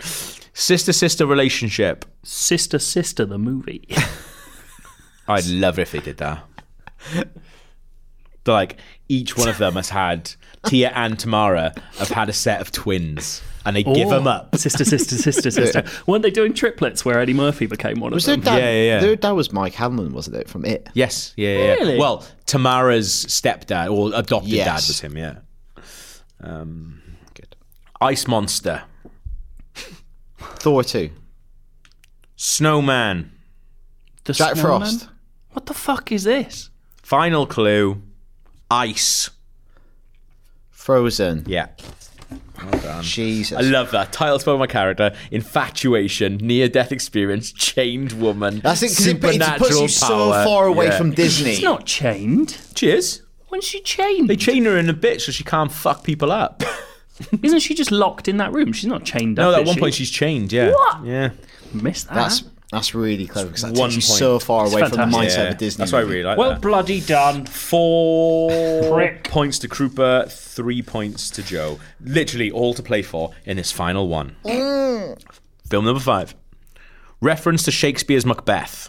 S2: sister sister relationship.
S3: Sister Sister, the movie.
S2: I'd love it if they did that. But like each one of them has had Tia and Tamara have had a set of twins, and they give 'em
S3: Oh.
S2: give them up.
S3: Sister, sister, sister, sister. Weren't they doing triplets where Eddie Murphy became one
S4: Was
S3: of
S4: their
S3: them?
S4: dad?
S2: Yeah, yeah, yeah.
S4: Their dad was Mike Hanlon, wasn't it? From It.
S2: Yes, yeah, yeah. yeah.
S3: Really?
S2: Well, Tamara's stepdad or adopted
S4: Yes.
S2: dad was him. Yeah. Um, good. Ice Monster,
S4: Thor 2.
S2: Snowman,
S3: The
S4: Jack
S3: Snowman?
S4: Frost.
S3: What the fuck is this?
S2: Final Clue, Ice.
S4: Frozen.
S2: Yeah.
S4: Jesus.
S2: I love that. Title spell my character: infatuation, near-death experience, chained woman,
S4: That's it, 'cause it, it
S2: supernatural
S4: puts you so
S2: power.
S4: far away
S2: Yeah.
S4: from Disney.
S3: It's not chained.
S2: Cheers.
S3: When's she chained?
S2: They chain her in a bit so she can't fuck people up.
S3: Isn't she just locked in that room? She's not chained
S2: no,
S3: up.
S2: at
S3: is
S2: one
S3: she?
S2: point she's chained. Yeah.
S3: What?
S2: Yeah.
S3: missed that.
S4: That's that's really clever because that
S2: one
S4: takes you
S2: point.
S4: so far away from the mindset
S3: fantastic.
S2: Yeah.
S4: of Disney.
S2: That's why I
S4: movie.
S2: really like
S3: well,
S2: that.
S3: bloody done.
S2: Four
S3: Prick.
S2: points to Krupa, three points to Joe. Literally all to play for in this final one.
S3: Mm.
S2: Film number five. Reference to Shakespeare's Macbeth.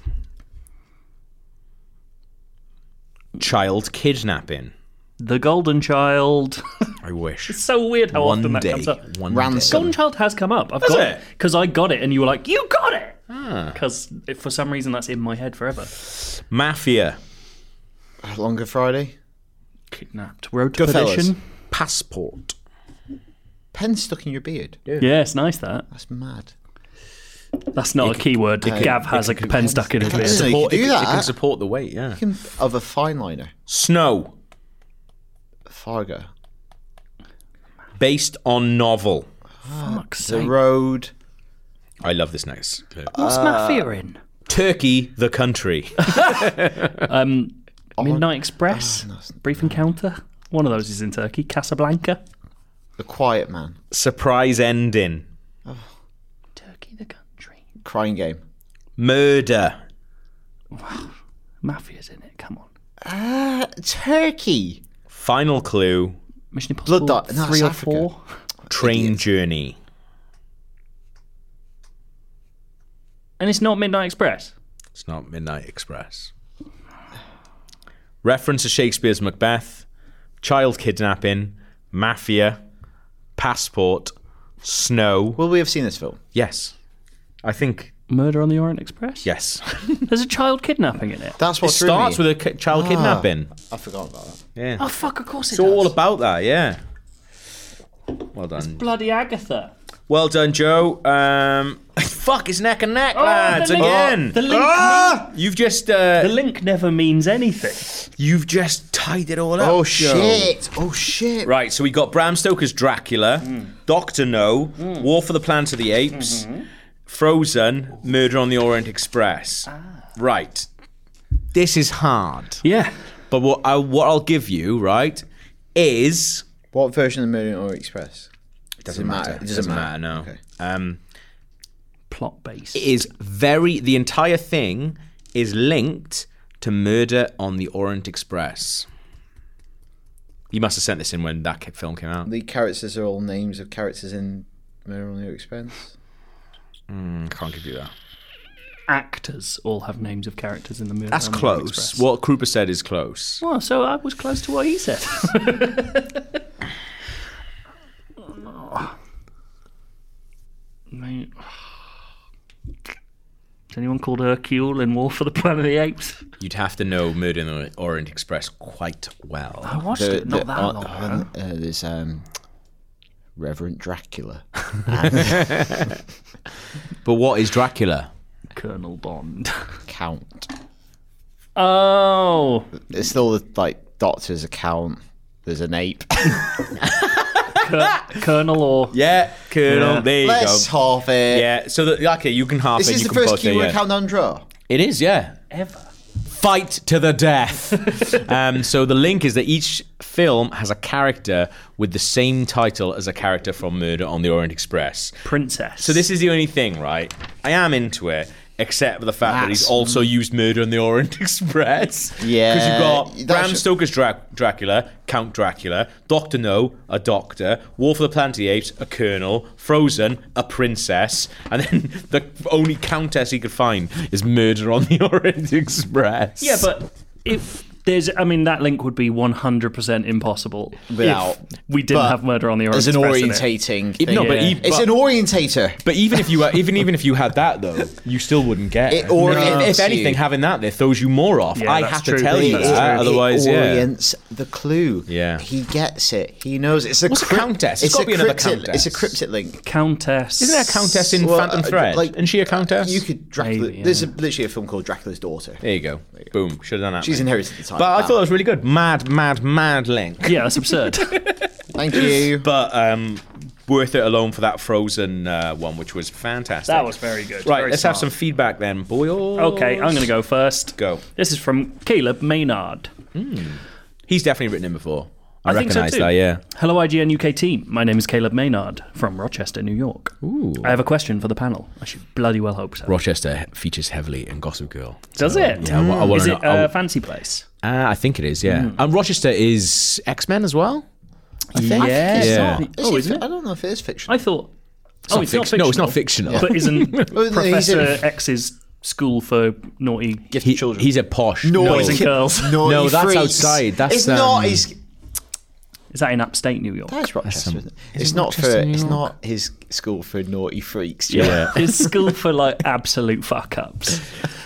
S2: Child kidnapping.
S3: The Golden Child.
S2: I wish.
S3: so weird how
S2: One
S3: often that
S2: day.
S3: comes up.
S2: One
S4: Ransom.
S3: Golden Child has come up. I've got
S2: it?
S3: it because I got it, and you were like, "You got it," because for some reason that's in my head forever.
S2: day. Mafia.
S4: Longer Friday.
S3: Kidnapped. Road to
S4: Goodfellas.
S3: perdition.
S2: Passport.
S4: Pen stuck in your beard.
S3: Yeah, it's nice that.
S4: That's mad.
S3: That's not a keyword. Gav has a pen stuck in his
S4: That's
S3: beard.
S4: a- You
S2: Or
S4: can do
S2: it,
S4: that.
S2: it can support the weight, yeah.
S4: Fucking Of a fine liner.
S2: Snow.
S4: Fargo.
S2: Based on novel.
S3: Fuck's
S4: The
S3: sake.
S4: Road.
S2: I love this next. clue.
S3: What's Mafia in?
S2: Turkey, the country.
S3: Midnight Express. Brief Encounter. One of those is in Turkey. Casablanca.
S4: The Quiet Man.
S2: Surprise ending.
S3: Turkey, the country.
S4: Crying Game.
S2: Murder.
S3: Mafia's in it. Come on.
S4: Uh, Turkey.
S2: Final clue.
S3: Mission Impossible.
S4: Blood Di- no,
S3: three
S4: it's
S3: or
S4: Africa.
S3: four.
S2: Train journey.
S3: And it's not Midnight Express.
S2: It's not Midnight Express. Reference to Shakespeare's Macbeth. Child kidnapping. Mafia. Passport. Snow.
S4: Will we have seen this film?
S2: Yes. I think
S3: Murder on the Orient Express.
S2: yes.
S3: There's a child kidnapping in it.
S4: That's
S2: it
S4: what drew me.
S2: starts with a ki- child kidnapping.
S4: I forgot about that.
S2: Yeah.
S3: Oh fuck! Of course it
S2: it's all
S3: does.
S2: about that. Yeah. Well done.
S3: bloody Agatha.
S2: Well done, Joe. Um, fuck, it's neck and neck, lads.
S3: the link-
S2: again,
S3: the link-
S2: Ah! You've just
S3: The
S2: uh,
S3: link never means anything.
S2: you've just tied it all up.
S4: Oh
S2: Joe.
S4: shit! Oh shit!
S2: Right, so we got Bram Stoker's Dracula, Doctor No, War for the Planet of the Apes, Frozen, Murder on the Orient Express. Right, this is hard.
S3: Yeah.
S2: But what I, what I'll give you, right, is
S4: What version of Murder on the Express?
S2: it doesn't
S4: matter.
S2: It doesn't matter. No. Um,
S3: Plot based.
S2: is very the entire thing is linked to murder on the Orient Express. You must have sent this in when that ca- film came out.
S4: The characters are all names of characters in Murder on the Express.
S2: I Mm, can't give you that.
S3: Actors all have names of characters in the movie.
S2: That's close. What Krupa said is close.
S3: Well, so I was close to what he said. Mate. Is anyone called Hercule in War for the Planet of the Apes?
S2: You'd have to know Murder on the Orient Express quite well.
S3: I watched it not that long ago.
S4: uh, there's um, Reverend Dracula.
S2: But what is Dracula?
S3: Colonel Bond.
S4: Count.
S3: Oh,
S4: It's still the, like Doctor's a count. There's an ape.
S3: Colonel or
S2: Ah! Yeah, Colonel.
S3: Yeah.
S2: There you
S4: Let's
S2: go.
S4: half it.
S2: Yeah, so that okay, you can half
S4: This
S2: it.
S4: is
S2: you
S4: the
S2: can
S4: first
S2: both say,
S4: keyword
S2: yeah.
S4: countdown draw.
S2: It is, yeah.
S3: ever.
S2: fight to the death. um, so the link is that each film has a character with the same title as a character from Murder on the Orient Express.
S3: Princess.
S2: So this is the only thing, right? I am into it, except for the fact that he's also used Murder on the Orient Express. Because
S4: Yeah,
S2: you've got
S4: that
S2: Bram
S4: should-
S2: Stoker's Dra- Dracula, Count Dracula, Doctor No, a doctor, War for the Planet of the Apes, a colonel, Frozen, a princess, and then the only countess he could find is Murder on the Orient Express.
S3: Yeah, but if There's, I mean, that link would be 100% impossible
S6: Without-
S3: if we didn't
S6: but
S3: have Murder on the Orient
S6: It's an
S3: Express in it.
S6: orientating.
S2: Even-
S6: thing.
S2: no, but
S3: Yeah.
S2: e-
S6: it's
S2: but-
S6: an orientator.
S2: But even if you even even if you had that though, you still wouldn't get
S6: It
S2: it.
S6: orients
S2: if, if anything,
S6: you.
S2: having that there throws you more off.
S3: Yeah,
S2: I
S3: that's
S2: have
S3: true.
S2: to tell you
S3: That's
S2: that.
S3: true.
S2: Otherwise,
S6: it
S2: yeah.
S6: orients the clue.
S2: Yeah.
S6: he gets it. He knows it's a
S2: What's a
S6: crypt-
S2: countess?
S6: It's,
S2: It's gotta
S6: a
S2: be another
S6: cryptid, It's a
S2: countess.
S6: cryptid link.
S3: Countess.
S2: Isn't there a countess in
S6: Well,
S2: Phantom
S6: uh,
S2: Thread?
S6: like-
S2: Isn't she a countess?
S6: You could Dracula.
S3: Maybe,
S6: There's a,
S3: yeah.
S6: literally a film called Dracula's Daughter.
S2: there you go. Boom. Should have done that.
S6: She's
S2: mate.
S6: inherited the title.
S2: But I
S6: now.
S2: thought it was really good. Mad, mad, mad link.
S3: Yeah, that's absurd.
S6: Thank you.
S2: But um, worth it alone for that Frozen uh, one, which was fantastic.
S3: that was very good.
S2: right.
S3: Very
S2: let's have some
S3: smart.
S2: feedback then, boy.
S3: Okay, I'm going to go first.
S2: Go.
S3: This is from Caleb Maynard.
S2: He's definitely written in before. I,
S3: I think so
S2: recognise
S3: too.
S2: that. Yeah.
S3: Hello, IGN UK team. My name is Caleb Maynard from Rochester, New York. Ooh. I have a question for the panel. I should bloody well hope so.
S2: Rochester features heavily in Gossip Girl.
S3: Does it?
S2: Yeah, I wa- I wanna
S3: is
S2: know-
S3: it
S2: I
S3: a
S2: wa-
S3: fancy place?
S2: Uh, I think it is, yeah.
S3: Hmm.
S2: And Rochester is X Men as well.
S3: Yeah.
S2: Yeah.
S6: Is
S3: Oh,
S6: it
S3: isn't
S6: fi-
S3: it?
S6: I don't know if it is fiction.
S3: I thought. oh, it's not
S2: fic- no, it's not fictional.
S3: But isn't
S6: Well, no, he's
S3: Professor
S6: a-
S3: X's school for naughty
S6: Gift
S2: He-
S6: children.
S2: he's a posh.
S3: boys and girls?
S6: Naughty
S2: No, that's
S6: freaks.
S2: outside. That's,
S6: it's not.
S2: um,
S6: He's
S3: Is that in upstate New York?
S6: that's Rochester.
S2: some-
S6: isn't it? It's not for. It's not his school for naughty freaks. Yeah.
S3: His school for like absolute fuck ups.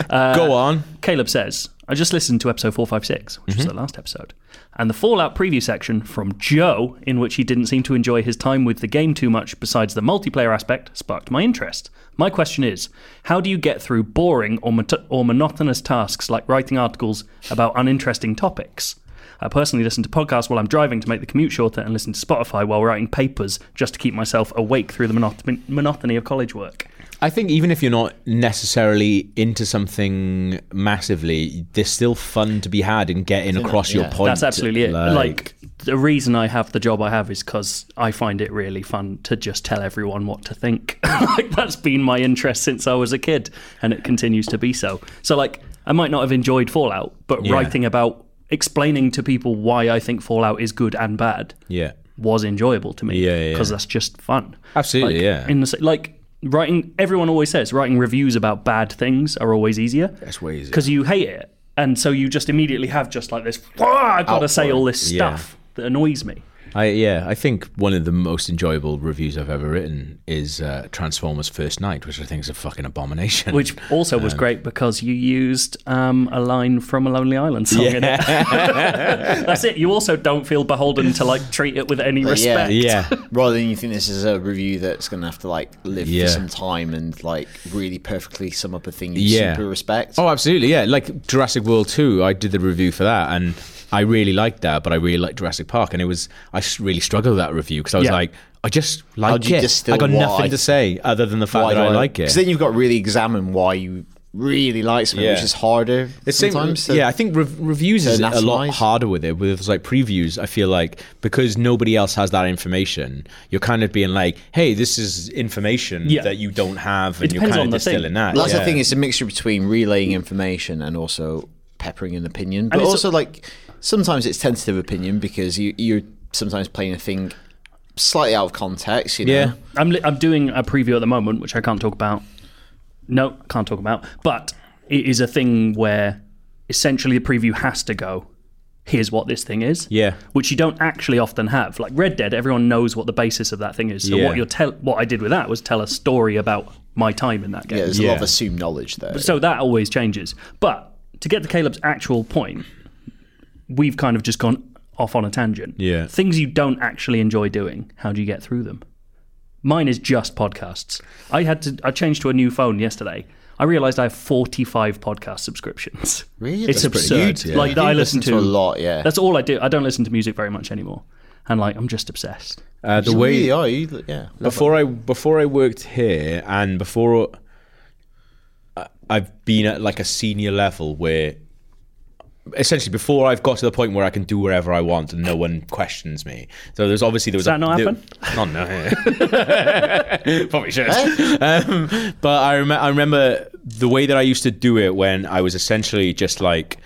S3: Uh,
S2: Go on.
S3: Caleb says, I just listened to episode 456, which was the last episode, and the Fallout preview section from Joe, in which he didn't seem to enjoy his time with the game too much besides the multiplayer aspect, sparked my interest. My question is how do you get through boring or, mot- or monotonous tasks like writing articles about uninteresting topics? I personally listen to podcasts while I'm driving to make the commute shorter and listen to Spotify while writing papers just to keep myself awake through the monot- monotony of college work.
S2: I think even if you're not necessarily into something massively, there's still fun to be had in getting across your point.
S3: That's absolutely it. Like, the reason I have the job I have is because I find it really fun to just tell everyone what to think. like that's been my interest since I was a kid, and it continues to be so. So like I might not have enjoyed Fallout, but writing about explaining to people why I think Fallout is good and bad
S2: yeah.
S3: was enjoyable to me.
S2: Yeah, yeah,
S3: because
S2: yeah.
S3: that's just fun.
S2: Absolutely,
S3: Like,
S2: yeah.
S3: In the s- like writing, everyone always says writing reviews about bad things are always easier. That's
S2: way easier.
S3: because you hate it, and so you just immediately have just like this. "Wah, I've got to say all this
S2: yeah.
S3: stuff that annoys me.
S2: I yeah, I think one of the most enjoyable reviews I've ever written is uh, Transformers First Night, which I think is a fucking abomination.
S3: Which also
S2: Um,
S3: was great because you used um, a line from a Lonely Island song in it. That's it. You also don't feel beholden to like treat it with any respect.
S2: yeah.
S6: Rather than you think this is a review that's going to have to like live
S2: Yeah.
S6: for some time and like really perfectly sum up a thing you
S2: Yeah.
S6: super respect.
S2: Oh, absolutely, yeah. Like Jurassic World Two, I did the review for that, and I really liked that. But I really liked Jurassic Park, and it was I s- really struggled with that review because I was
S3: Yeah.
S2: like, I just like
S6: do you
S2: it.
S6: distill
S2: I got
S6: why?
S2: nothing to say other than the fact that I, like it.
S6: Because then you've got to really examine why you really like something,
S2: Yeah.
S6: which is harder
S2: It's same-
S6: sometimes. to-
S2: yeah, I think rev- reviews is a lot
S6: anatomise.
S2: harder with it. With like previews, I feel like because nobody else has that information, you're kind of being like, "Hey, this is information
S3: Yeah.
S2: that you don't have," and
S3: It
S2: you're
S3: depends
S2: kind
S3: on
S2: of
S3: the
S2: distilling
S3: thing.
S2: that.
S6: That's
S2: yeah.
S6: the thing. It's a mixture between relaying information and also peppering an opinion, but
S3: it's a-
S6: also like sometimes it's tentative opinion because you you're sometimes playing a thing slightly out of context. You know?
S2: Yeah.
S3: I'm li- I'm doing a preview at the moment, which I can't talk about. No, can't talk about. But it is a thing where essentially the preview has to go. Here's what this thing is.
S2: Yeah.
S3: Which you don't actually often have. Like Red Dead, everyone knows what the basis of that thing is. So
S2: Yeah.
S3: what you're tell what I did with that was tell a story about my time in that game.
S6: Yeah, there's a lot of
S2: Yeah.
S6: assumed knowledge there.
S3: So that always changes. But to get to Caleb's actual point, we've kind of just gone off on a tangent.
S2: Yeah.
S3: Things you don't actually enjoy doing, how do you get through them? Mine is just podcasts. I had to I changed to a new phone yesterday. I realized I have 45 podcast subscriptions.
S6: Really?
S3: It's
S6: That's pretty
S3: absurd.
S6: good, yeah.
S3: Like
S6: You
S3: that
S6: do
S3: I listen,
S6: listen to a lot, yeah.
S3: That's all I do. I don't listen to music very much anymore. And like I'm just obsessed.
S2: Uh, the
S6: You
S2: way
S6: really are, you, yeah.
S2: before I before I worked here and before I- I've been at like a senior level where essentially before I've got to the point where I can do wherever I want and no one questions me. So there's obviously there was
S3: that not happen?
S2: Not no. Probably should.
S3: Eh?
S2: um, but I, rem- I remember the way that I used to do it when I was essentially just like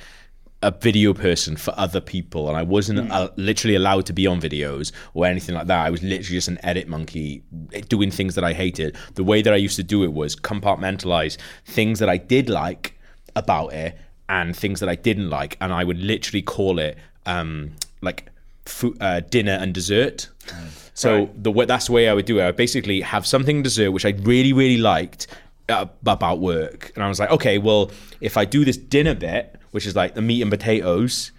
S2: a video person for other people, and I wasn't
S3: Hmm.
S2: uh, literally allowed to be on videos or anything like that. I was literally just an edit monkey doing things that I hated. The way that I used to do it was compartmentalize things that I did like about it and things that I didn't like, and I would literally call it um, like food, uh, dinner and dessert. So the way, that's the way I would do it. I would basically have something dessert which I really really liked uh, about work, and I was like, okay, well, if I do this dinner bit, which is like the meat and potatoes.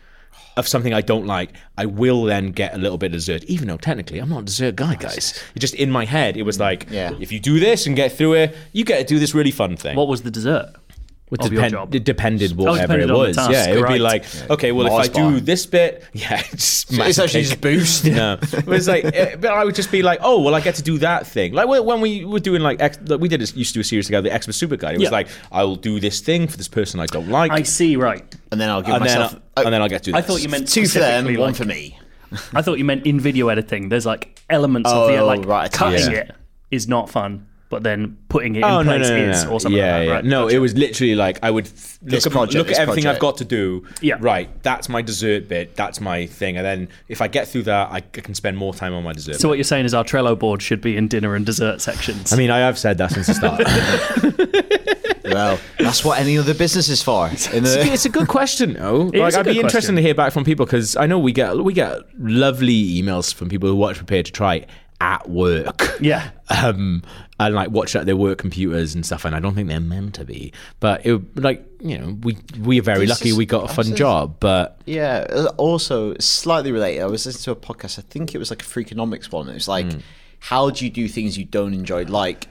S2: Of something I don't like, I will then get a little bit of dessert, even though technically I'm not a dessert guy, guys. It just in my head, it was like,
S4: Yeah.
S2: if you do this and get through it, you get to do this really fun thing.
S3: What was the dessert?
S2: With
S3: of your job? Oh,
S2: It depended whatever
S3: depended
S2: it
S3: on the
S2: was.
S3: task,
S2: yeah, it would be
S3: right.
S2: like, okay, well,
S4: Mars
S2: if I do
S4: bar.
S2: this bit, yeah, just
S4: it's actually just boost.
S2: no, it was like, eh, but I would just be like, oh, well, I get to do that thing. Like when- when we were doing like, ex, like we did this, used to do a series together, the Expert Super Guide. It was
S3: Yeah.
S2: like, I will do this thing for this person I don't like,
S3: I see, right.
S4: and then I'll give
S2: and then
S4: myself
S2: I, and then I'll get to.
S3: I
S2: this.
S3: thought you meant
S4: two for them,
S3: specifically,
S4: one
S3: like-
S4: for me.
S3: I thought you meant in video editing. There's like elements of the
S4: Oh,
S3: like
S4: right, I see.
S3: cutting
S2: Yeah.
S3: it is not fun, but then putting it
S2: Oh
S3: in
S2: no,
S3: place
S2: no, no,
S3: is
S2: no.
S3: or something
S2: yeah,
S3: like that.
S2: yeah.
S3: Right?
S2: No, it was literally like I would f- look
S4: This
S2: at,
S4: project,
S2: look at
S4: this
S2: everything I've
S4: project.
S2: got to do.
S3: Yeah.
S2: Right, that's my dessert bit. That's my thing. And then if I get through that, I, I can spend more time on my dessert.
S3: So
S2: bit.
S3: what you're saying is our Trello board should be in dinner and dessert sections.
S2: I mean, I have said that since the start.
S4: Well, that's what any other business is for. In
S2: It's a, good-
S4: the,
S2: it's a good question, though.
S3: is
S2: Like,
S3: a
S2: I'd
S3: good
S2: be interested
S3: question.
S2: to hear back from people because I know we get we get lovely emails from people who watch Prepare to Try at work.
S3: yeah.
S2: Um, and like watch at their work computers and stuff, and I don't think they're meant to be. But it would- like you know, we we are very lucky
S4: is-
S2: we got a fun
S4: this is-
S2: job. But
S4: yeah. uh, Also, slightly related. I was listening to a podcast. I think it was like a Freakonomics one. It was like,
S2: Mm.
S4: how do you do things you don't enjoy, like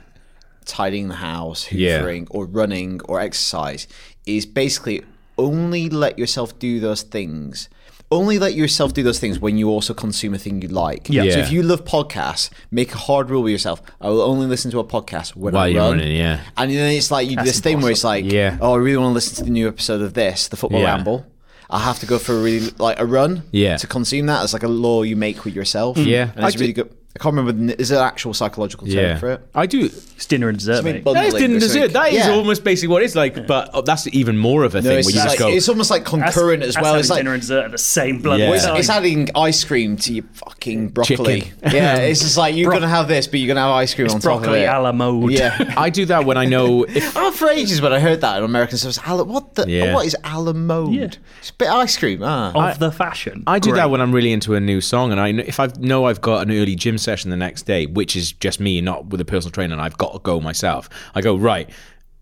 S4: tidying the house,
S2: Yeah.
S4: hoovering, or running, or exercise? Is basically only let yourself do those things. Only let yourself do those things when you also consume a thing you like.
S2: Yeah.
S4: So if you love podcasts, make a hard rule with yourself. I will only listen to a podcast when
S2: While
S4: I
S2: you're
S4: run.
S2: running, yeah.
S4: And then it's like you do this thing where it's like,
S2: Yeah.
S4: oh, I really want to listen to the new episode of this, the football
S2: Yeah.
S4: ramble. I have to go for a really like a run,
S2: Yeah. Mm.
S4: to consume that. It's like a law you make with yourself,
S2: Yeah.
S4: And it's
S2: I
S4: really good. I can't remember. the n- Is there an actual psychological term
S2: yeah,
S4: for it?
S2: I do.
S3: It's dinner and dessert.
S4: mean,
S3: mate.
S4: but-
S2: That is
S4: Like
S2: didn't
S4: this
S2: deserve.
S4: week.
S2: That is
S4: Yeah.
S2: almost basically what it's like. But oh, that's even more of a
S4: No,
S2: thing
S4: it's,
S2: where you
S4: just
S2: just
S4: like,
S2: go.
S4: it's almost like
S3: That's-
S4: concurrent as
S3: that's
S4: well.
S3: having
S4: It's like
S3: dinner and dessert at the same bloody
S2: Yeah.
S4: it's,
S3: time.
S4: it's adding ice cream to your fucking broccoli.
S2: Chicken.
S4: Yeah, it's just like you're
S3: Bro-
S4: gonna have this, but you're gonna have ice cream on top
S3: broccoli a
S4: of
S3: la
S4: it.
S3: mode.
S4: Yeah.
S2: I do that when I know if
S4: Oh, for ages when I heard that in American stuff, it's ala- what the
S2: Yeah.
S4: what is ala mode?
S3: Yeah. Oh,
S4: It's a bit of ice cream. Ah.
S3: Of the fashion.
S2: I do
S3: Great.
S2: that when I'm really into a new song, and I kn- if I know I've got an early gym session the next day, which is just me, not with a personal trainer, and I've got to go myself. I go right.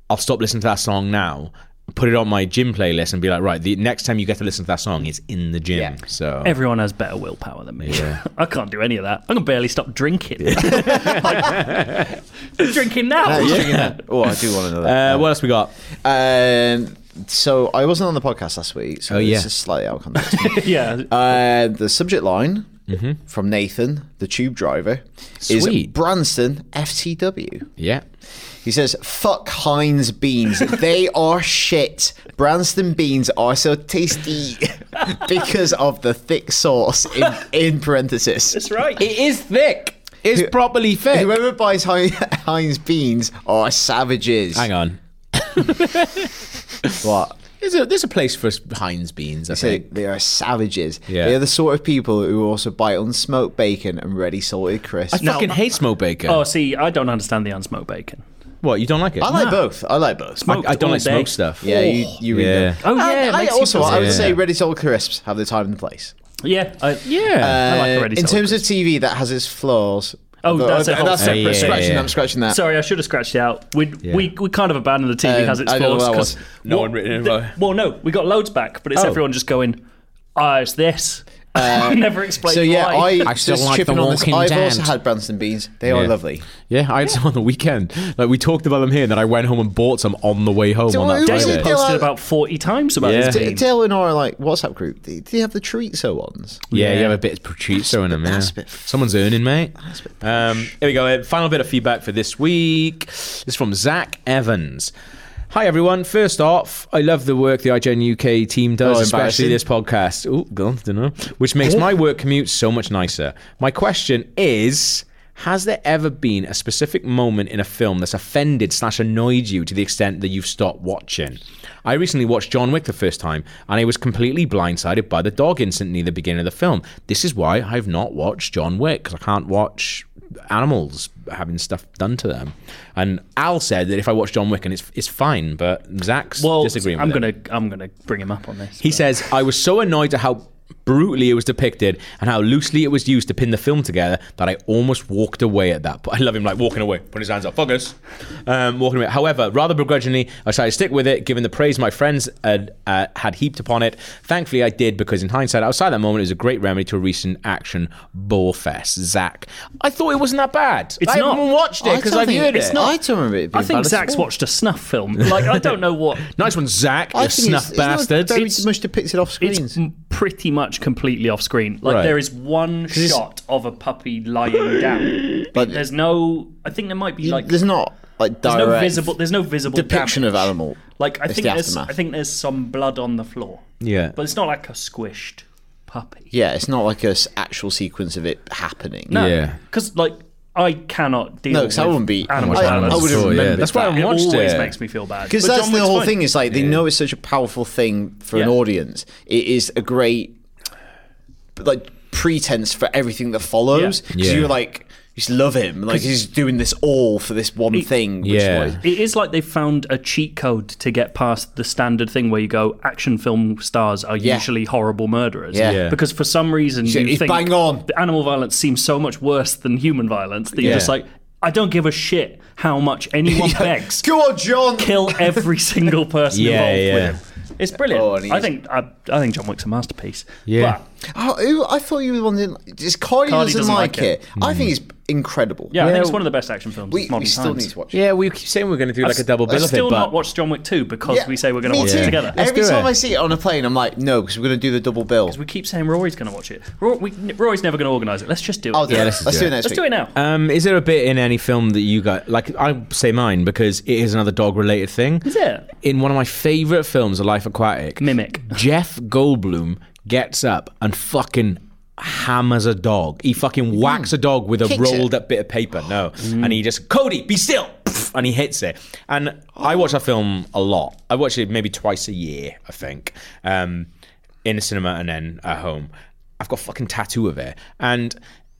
S2: I'll stop listening to that song now. Put it on my gym playlist and be like, right, the next time you get to listen to that song, it's in the gym. So
S3: Everyone has better willpower than me. I can't do any of that. I can barely stop drinking. Like, I'm drinking now.
S4: Oh, I do want to know that.
S2: uh, what else we got?
S4: Um, so I wasn't on the podcast last week, so
S2: Oh, yeah.
S4: this is slightly out of context.
S3: yeah.
S4: uh, the subject line from Nathan, the tube driver, is
S2: Mm-hmm. Sweet.
S4: Branston FTW.
S2: Yeah,
S4: He says, "Fuck Heinz beans, they are shit. Branston beans are so tasty because of the thick sauce." In, in parenthesis,
S3: That's right.
S2: it is thick. It's properly thick.
S4: whoever buys Hein- Heinz beans are savages.
S2: Hang on,
S4: What?
S2: there's a there's a place for Heinz beans. I
S4: So
S2: think.
S4: they are savages.
S2: Yeah.
S4: They are the sort of people who also buy unsmoked bacon and ready salted crisps.
S2: I fucking hate smoked bacon.
S3: Oh, see, I don't understand the unsmoked bacon.
S2: what you don't like it?
S4: I like both. I like both.
S3: Smoked
S2: I don't
S3: all
S2: like
S3: day.
S2: smoked stuff.
S4: yeah, you, you really
S2: Yeah.
S4: do.
S3: Oh, yeah, it
S4: And Um, I
S3: makes you
S4: also,
S3: feel
S4: I would
S2: sick.
S4: say
S2: Yeah.
S4: ready salted crisps have the time and the place.
S3: Yeah. I,
S2: Yeah.
S3: I like
S4: Uh,
S3: already
S4: in
S3: salted
S4: terms of TV, that has its flaws.
S3: Oh, that's a whole
S4: separate.
S2: separate
S4: scratching
S2: thing.
S4: that, scratching that.
S3: Sorry, I should have scratched it out. We we we kind of abandoned the TV
S4: Um,
S3: has its
S4: I don't know
S3: flaws
S4: what that
S3: 'cause
S4: was.
S2: No
S3: what-
S2: one written in
S3: the-
S2: about-
S3: Well, no, we got loads back, but it's
S2: Oh.
S3: everyone just going, "Ah, it's this." I never explained
S4: Uh, So yeah,
S3: why.
S4: I,
S2: I still
S4: just
S2: like
S4: chipping
S2: the
S4: on this.
S2: Walking
S4: I've
S2: Dead.
S4: also had Branston beans. They are
S2: Yeah.
S4: lovely.
S2: Yeah, I had some on the weekend. Like we talked about them here, and then I went home and bought some on the way home
S4: So
S2: on
S4: what-
S2: that
S4: who was
S2: Friday.
S4: it
S3: David
S4: Oh,
S2: Yeah,
S4: that-
S3: posted
S4: Dale-
S3: about forty times about
S2: Yeah.
S3: this
S4: D-
S3: team.
S4: Dale and our like WhatsApp group. Do do you have the chorizo ones?
S2: you have a bit of prosciutto in them. Yeah.
S4: That's a bit-
S2: Someone's earning, mate. Um, here we go. Uh, Final bit of feedback for this week. This is from Zach Evans. Hi everyone. First off, I love the work the IGN UK team does,
S4: Oh,
S2: especially
S4: embarrassing.
S2: this podcast. Oh, God, don't know. Which makes my work commute so much nicer. My question is. Has there ever been a specific moment in a film that's offended slash annoyed you to the extent that you've stopped watching? I recently watched John Wick the first time, and I was completely blindsided by the dog incident near the beginning of the film. This is why I've not watched John Wick 'cause I can't watch animals having stuff done to them. And Al said that if I watch John Wick, and it's it's fine, but Zach's
S3: Well,
S2: disagreeing.
S3: I'm
S2: with it.
S3: gonna I'm gonna bring him up on this.
S2: He says, I was so annoyed at how brutally it was depicted and how loosely it was used to pin the film together that I almost walked away at that. But I love him like walking away, putting his hands up, focus, um, walking away. However, rather begrudgingly, I decided to stick with it, given the praise my friends had, uh, had heaped upon it. Thankfully, I did because in hindsight, outside that moment, it was a great remedy to a recent action bore fest. Zach, I thought it wasn't that bad.
S3: It's
S2: I
S3: not.
S2: haven't watched it because I've heard it.
S6: I don't remember it being
S3: I think
S6: bad at
S3: Zach's
S6: all.
S3: watched a snuff film. Like I don't know what.
S2: Nice one, Zach. You
S6: I think
S2: snuff
S6: it's,
S2: bastard.
S6: It's not very
S3: It's-
S6: much depicted off
S3: It's
S6: screens.
S3: m- pretty much completely off screen. Like
S2: Right.
S3: there is one shot of a puppy lying down, but there's no. I think there might be like
S6: There's not like
S3: there's
S6: direct
S3: no visible. There's no visible
S6: depiction
S3: damage.
S6: of animal.
S3: Like I
S6: It's
S3: think
S6: the
S3: there's
S6: aftermath.
S3: I think there's some blood on the floor.
S2: yeah.
S3: But it's not like a squished puppy.
S6: Yeah, it's not like a s- actual sequence of it happening.
S3: No,
S2: Yeah.
S3: because like I cannot deal.
S6: No,
S3: with
S6: 'cause I wouldn't be-
S3: animal
S6: I- I
S3: violence.
S6: would've
S2: Oh, yeah.
S6: remembered
S2: That's why I
S6: that.
S2: haven't
S3: It
S2: watched
S3: always
S2: it.
S3: makes me feel bad.
S6: Because
S3: But
S6: that's
S3: John
S6: the
S3: Wick's
S6: whole
S3: fine.
S6: thing is like they know it's such a powerful thing for an
S3: Yeah.
S6: audience. It is a great like pretense for everything that follows. Because
S2: Yeah.
S6: you're like, you just love him. Like he's doing this all for this one thing. Which
S2: Yeah.
S6: was-
S3: It is like they found a cheat code to get past the standard thing where you go action film stars are
S6: Yeah.
S3: usually horrible murderers.
S6: Yeah. Yeah.
S3: Because for some reason you
S6: it's
S3: think
S6: bang on.
S3: the animal violence seems so much worse than human violence that you're
S2: Yeah.
S3: just like, I don't give a shit how much anyone begs.
S6: Go on, John.
S3: Kill every single person
S2: Yeah,
S3: involved
S2: yeah.
S3: with him. It's brilliant.
S6: Oh, and he
S3: I
S6: is-
S3: think I, I think John Wick's a masterpiece.
S2: Yeah.
S3: But,
S6: Oh, who- I thought you were one. that- Just Cardi,
S3: Cardi
S6: doesn't,
S3: doesn't
S6: like,
S3: like
S6: it.
S3: it.
S6: I think it's incredible.
S3: yeah, I think it's one of the best action films
S6: we,
S3: of modern
S6: we still
S3: times.
S6: need to watch. it.
S2: Yeah, we keep saying we're going to do like a
S6: I
S2: double bill
S3: I've
S2: of
S3: still
S2: it,
S3: not
S2: but
S3: watched John Wick 2 because we say we're going to
S6: me
S3: watch
S6: too.
S3: it together.
S2: Let's
S6: Every
S2: do
S6: time
S2: it.
S6: I see it on a plane, I'm like, no, because we're going to do the double bill.
S3: We keep saying Rory's going to watch it. Rory, we, Rory's never going to organise it. Let's just do it.
S6: I'll do
S2: Yeah,
S6: it.
S2: let's
S6: Oh, Let's,
S2: just do
S6: do
S2: it.
S6: it next
S3: Let's
S6: week.
S3: do it now.
S2: Um, is there a bit in any film that you got? Like, I say mine because it is another dog related thing.
S3: Is it?
S2: In one of my favorite films, A Life Aquatic,
S3: Mimic.
S2: Jeff Goldblum gets up and fucking hammers a dog. He fucking whacks a dog with a
S6: Kicks
S2: rolled up bit of paper. No. And he just, Cody, be still. Pff, And he hits it. And I watch that film a lot. I watch it maybe twice a year, I think, um, in the cinema and then at home. I've got a fucking tattoo of it. And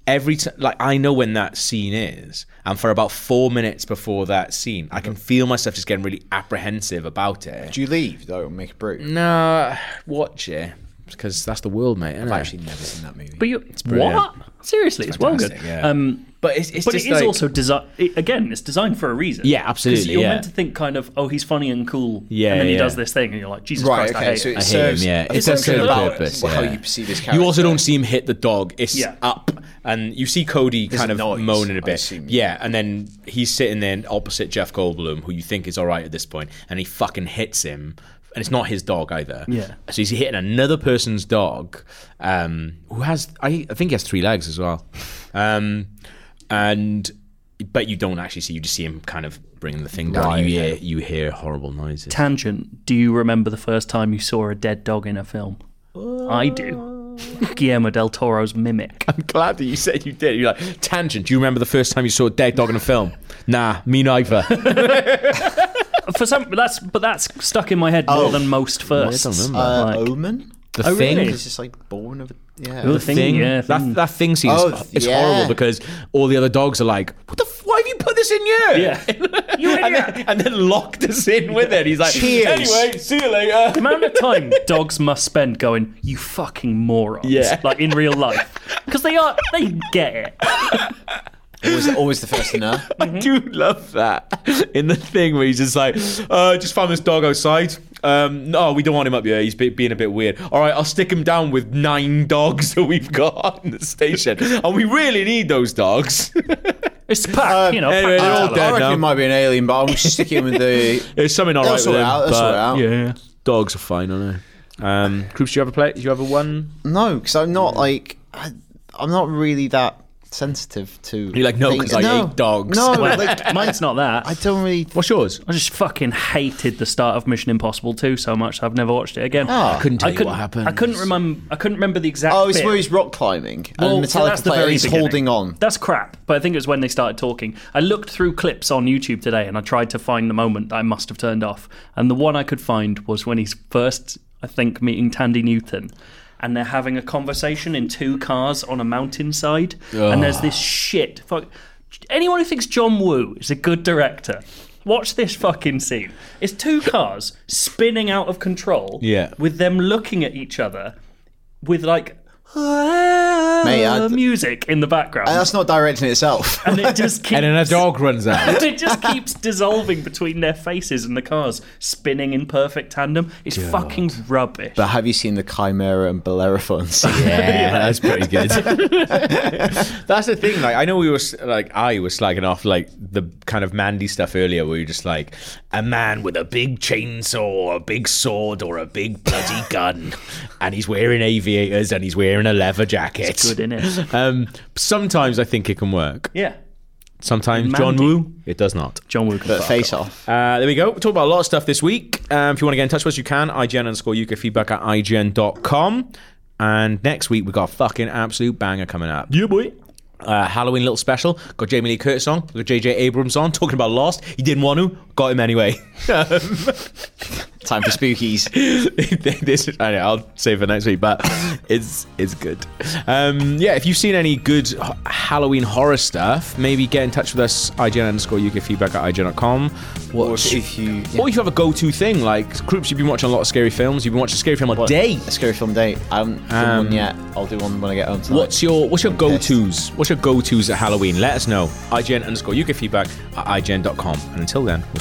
S2: every time, like, I know when that scene is. And for about four minutes before that scene, I can feel myself just getting really apprehensive about it.
S6: Do you leave though and make a
S3: Mm.
S6: brew?
S2: No, watch it because that's the world, mate. I've
S6: actually never seen that movie.
S3: But you, what? Seriously, it's, well good.
S2: fantastic, yeah.
S3: Um,
S2: but it's, it's
S3: but it
S2: just
S3: is
S2: like-
S3: also designed. Again, it's designed for a reason.
S2: Yeah, absolutely,
S3: 'Cause You're
S2: yeah.
S3: meant to think kind of, oh, he's funny and cool.
S2: Yeah,
S3: And then he
S2: yeah.
S3: does this thing, and you're like, Jesus
S6: Right,
S3: Christ, I
S6: okay,
S3: hate
S6: so
S3: it.
S6: it
S2: hate
S6: serves
S2: him, yeah. It
S6: a
S2: serves
S6: function
S3: a
S6: about
S2: purpose,
S6: how
S2: yeah.
S6: you perceive this character.
S2: You also don't see him hit the dog. It's
S3: Yeah.
S2: up, and you see Cody kind
S6: a
S2: of
S6: noise,
S2: moaning
S6: I
S2: a bit.
S6: assume.
S2: Yeah, and then he's sitting there opposite Jeff Goldblum, who you think is all right at this point, and he fucking hits him. And it's not his dog either.
S3: Yeah.
S2: So he's hitting another person's dog, um, who has I, I think he has three legs as well, um, and but you don't actually see you just see him kind of bringing the thing down. you hear you hear horrible noises.
S3: Tangent. Do you remember the first time you saw a dead dog in a film?
S2: Uh,
S3: I do. Guillermo del Toro's Mimic.
S2: I'm glad that you said you did. You're like, tangent, do you remember the first time you saw a dead dog in a film? Nah, me neither.
S3: For some, but that's but that's stuck in my head
S6: Oh.
S3: more than most firsts.
S2: remember.
S6: Uh,
S3: Like,
S6: Omen.
S2: The
S3: Oh,
S2: thing,
S3: really?
S6: It's just like born of a yeah.
S3: The thing, yeah,
S2: that,
S3: thing.
S2: that thing scene is,
S6: Oh,
S2: it's
S6: yeah.
S2: horrible because all the other dogs are like, what the f- why have you put this in here?
S3: yeah. you
S2: And
S3: idiot.
S2: then, and then locked us in with it. He's like,
S6: Cheers.
S2: anyway, see you later.
S3: amount of time dogs must spend going, you fucking morons.
S2: Yeah.
S3: Like in real life. Because they are, they get it.
S6: always, always the first to know.
S2: I do love that in the thing where he's just like, uh, just found this dog outside. Um, no, we don't want him up here. He's be- being a bit weird. All right, I'll stick him down with nine dogs that we've got in the station, and we really need those dogs.
S3: It's pack, you know.
S2: anyway,
S3: pack
S2: they're Um, all
S3: mentality.
S2: dead
S6: I reckon
S2: now.
S6: it might be an alien, but I'm sticking with the.
S2: There's something all right
S6: They'll
S2: with
S6: sort it
S2: them,
S6: out. They'll sort it
S2: but
S6: out.
S3: Yeah.
S2: dogs are fine, aren't they? Um, Croops, do you ever play? Do you ever won?
S6: No, because I'm not like I, I'm not really that sensitive to.
S2: You're like, no,
S6: things.
S2: 'cause I
S6: No.
S2: hate dogs.
S6: No,
S3: Well,
S6: like,
S3: mine's not that.
S6: I don't really.
S2: What's yours?
S3: I just fucking hated the start of Mission Impossible 2 so much I've never watched it again.
S6: Ah. I
S2: couldn't tell
S3: I
S2: you
S3: couldn't,
S2: what happened.
S3: I couldn't remember. I couldn't remember the exact.
S6: Oh, it's
S3: bit.
S6: where he's rock climbing
S3: Well,
S6: and
S3: so
S6: Metallica
S3: that's the
S6: player.
S3: very
S6: He's
S3: beginning.
S6: holding on.
S3: That's crap. But I think it was when they started talking. I looked through clips on YouTube today, and I tried to find the moment that I must have turned off. And the one I could find was when he's first, I think, meeting Tandy Newton. And they're having a conversation in two cars on a mountainside. And there's this shit. Fuck. Anyone who thinks John Woo is a good director, watch this fucking scene. It's two cars spinning out of control
S2: Yeah.
S3: with them looking at each other with like "Ah,"
S6: I-
S3: music in the background,
S6: And that's not directing itself.
S3: and it just keeps,
S2: And then a dog runs out.
S3: it just keeps dissolving between their faces and the cars spinning in perfect tandem. It's fucking rubbish.
S6: But have you seen the Chimera and Bellerophon scene?
S2: Yeah, that's pretty good. that's the thing. Like, I know we were s- like, I was slagging off like the kind of Mandy stuff earlier, where you're just like a man with a big chainsaw, or a big sword, or a big bloody gun, and he's wearing aviators and he's wearing a leather jacket.
S3: Good in it,
S2: Um, sometimes I think it can work.
S3: yeah.
S2: Sometimes
S3: Mandy.
S2: John Woo, it does not.
S3: John Woo can
S6: But
S3: fuck
S6: face
S3: off.
S6: off.
S2: Uh, there we go. We talked about a lot of stuff this week. Um, if you want to get in touch with us, you can. IGN underscore UK feedback at IGN.com. And next week, we got a fucking absolute banger coming up. Yeah, boy. Uh, Halloween little special. Got Jamie Lee Curtis on. Got JJ Abrams on. Talking about Lost. He didn't want to. Got him anyway.
S6: Time for spookies.
S2: this, I know, I'll save for next week, but it's it's good. Um, yeah, if you've seen any good h- Halloween horror stuff, maybe get in touch with us. IGN underscore UK feedback at IGN.com. What
S6: Or if- if you-
S2: or if you have a go-to thing like groups, you've been watching a lot of scary films. You've been watching a scary film all day.
S6: A scary film day. I haven't done
S2: Um,
S6: one yet. I'll do one when I get home tonight.
S2: What's your what's your
S6: pissed.
S2: go-tos? What's your go-tos at Halloween? Let us know. IGN underscore UK feedback at IGN.com. And until then, we'll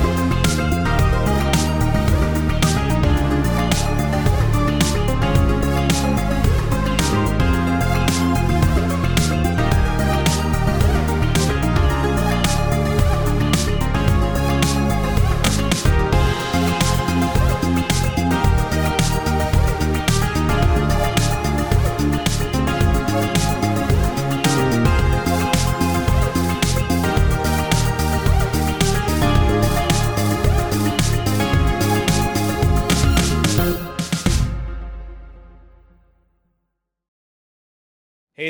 S7: Hey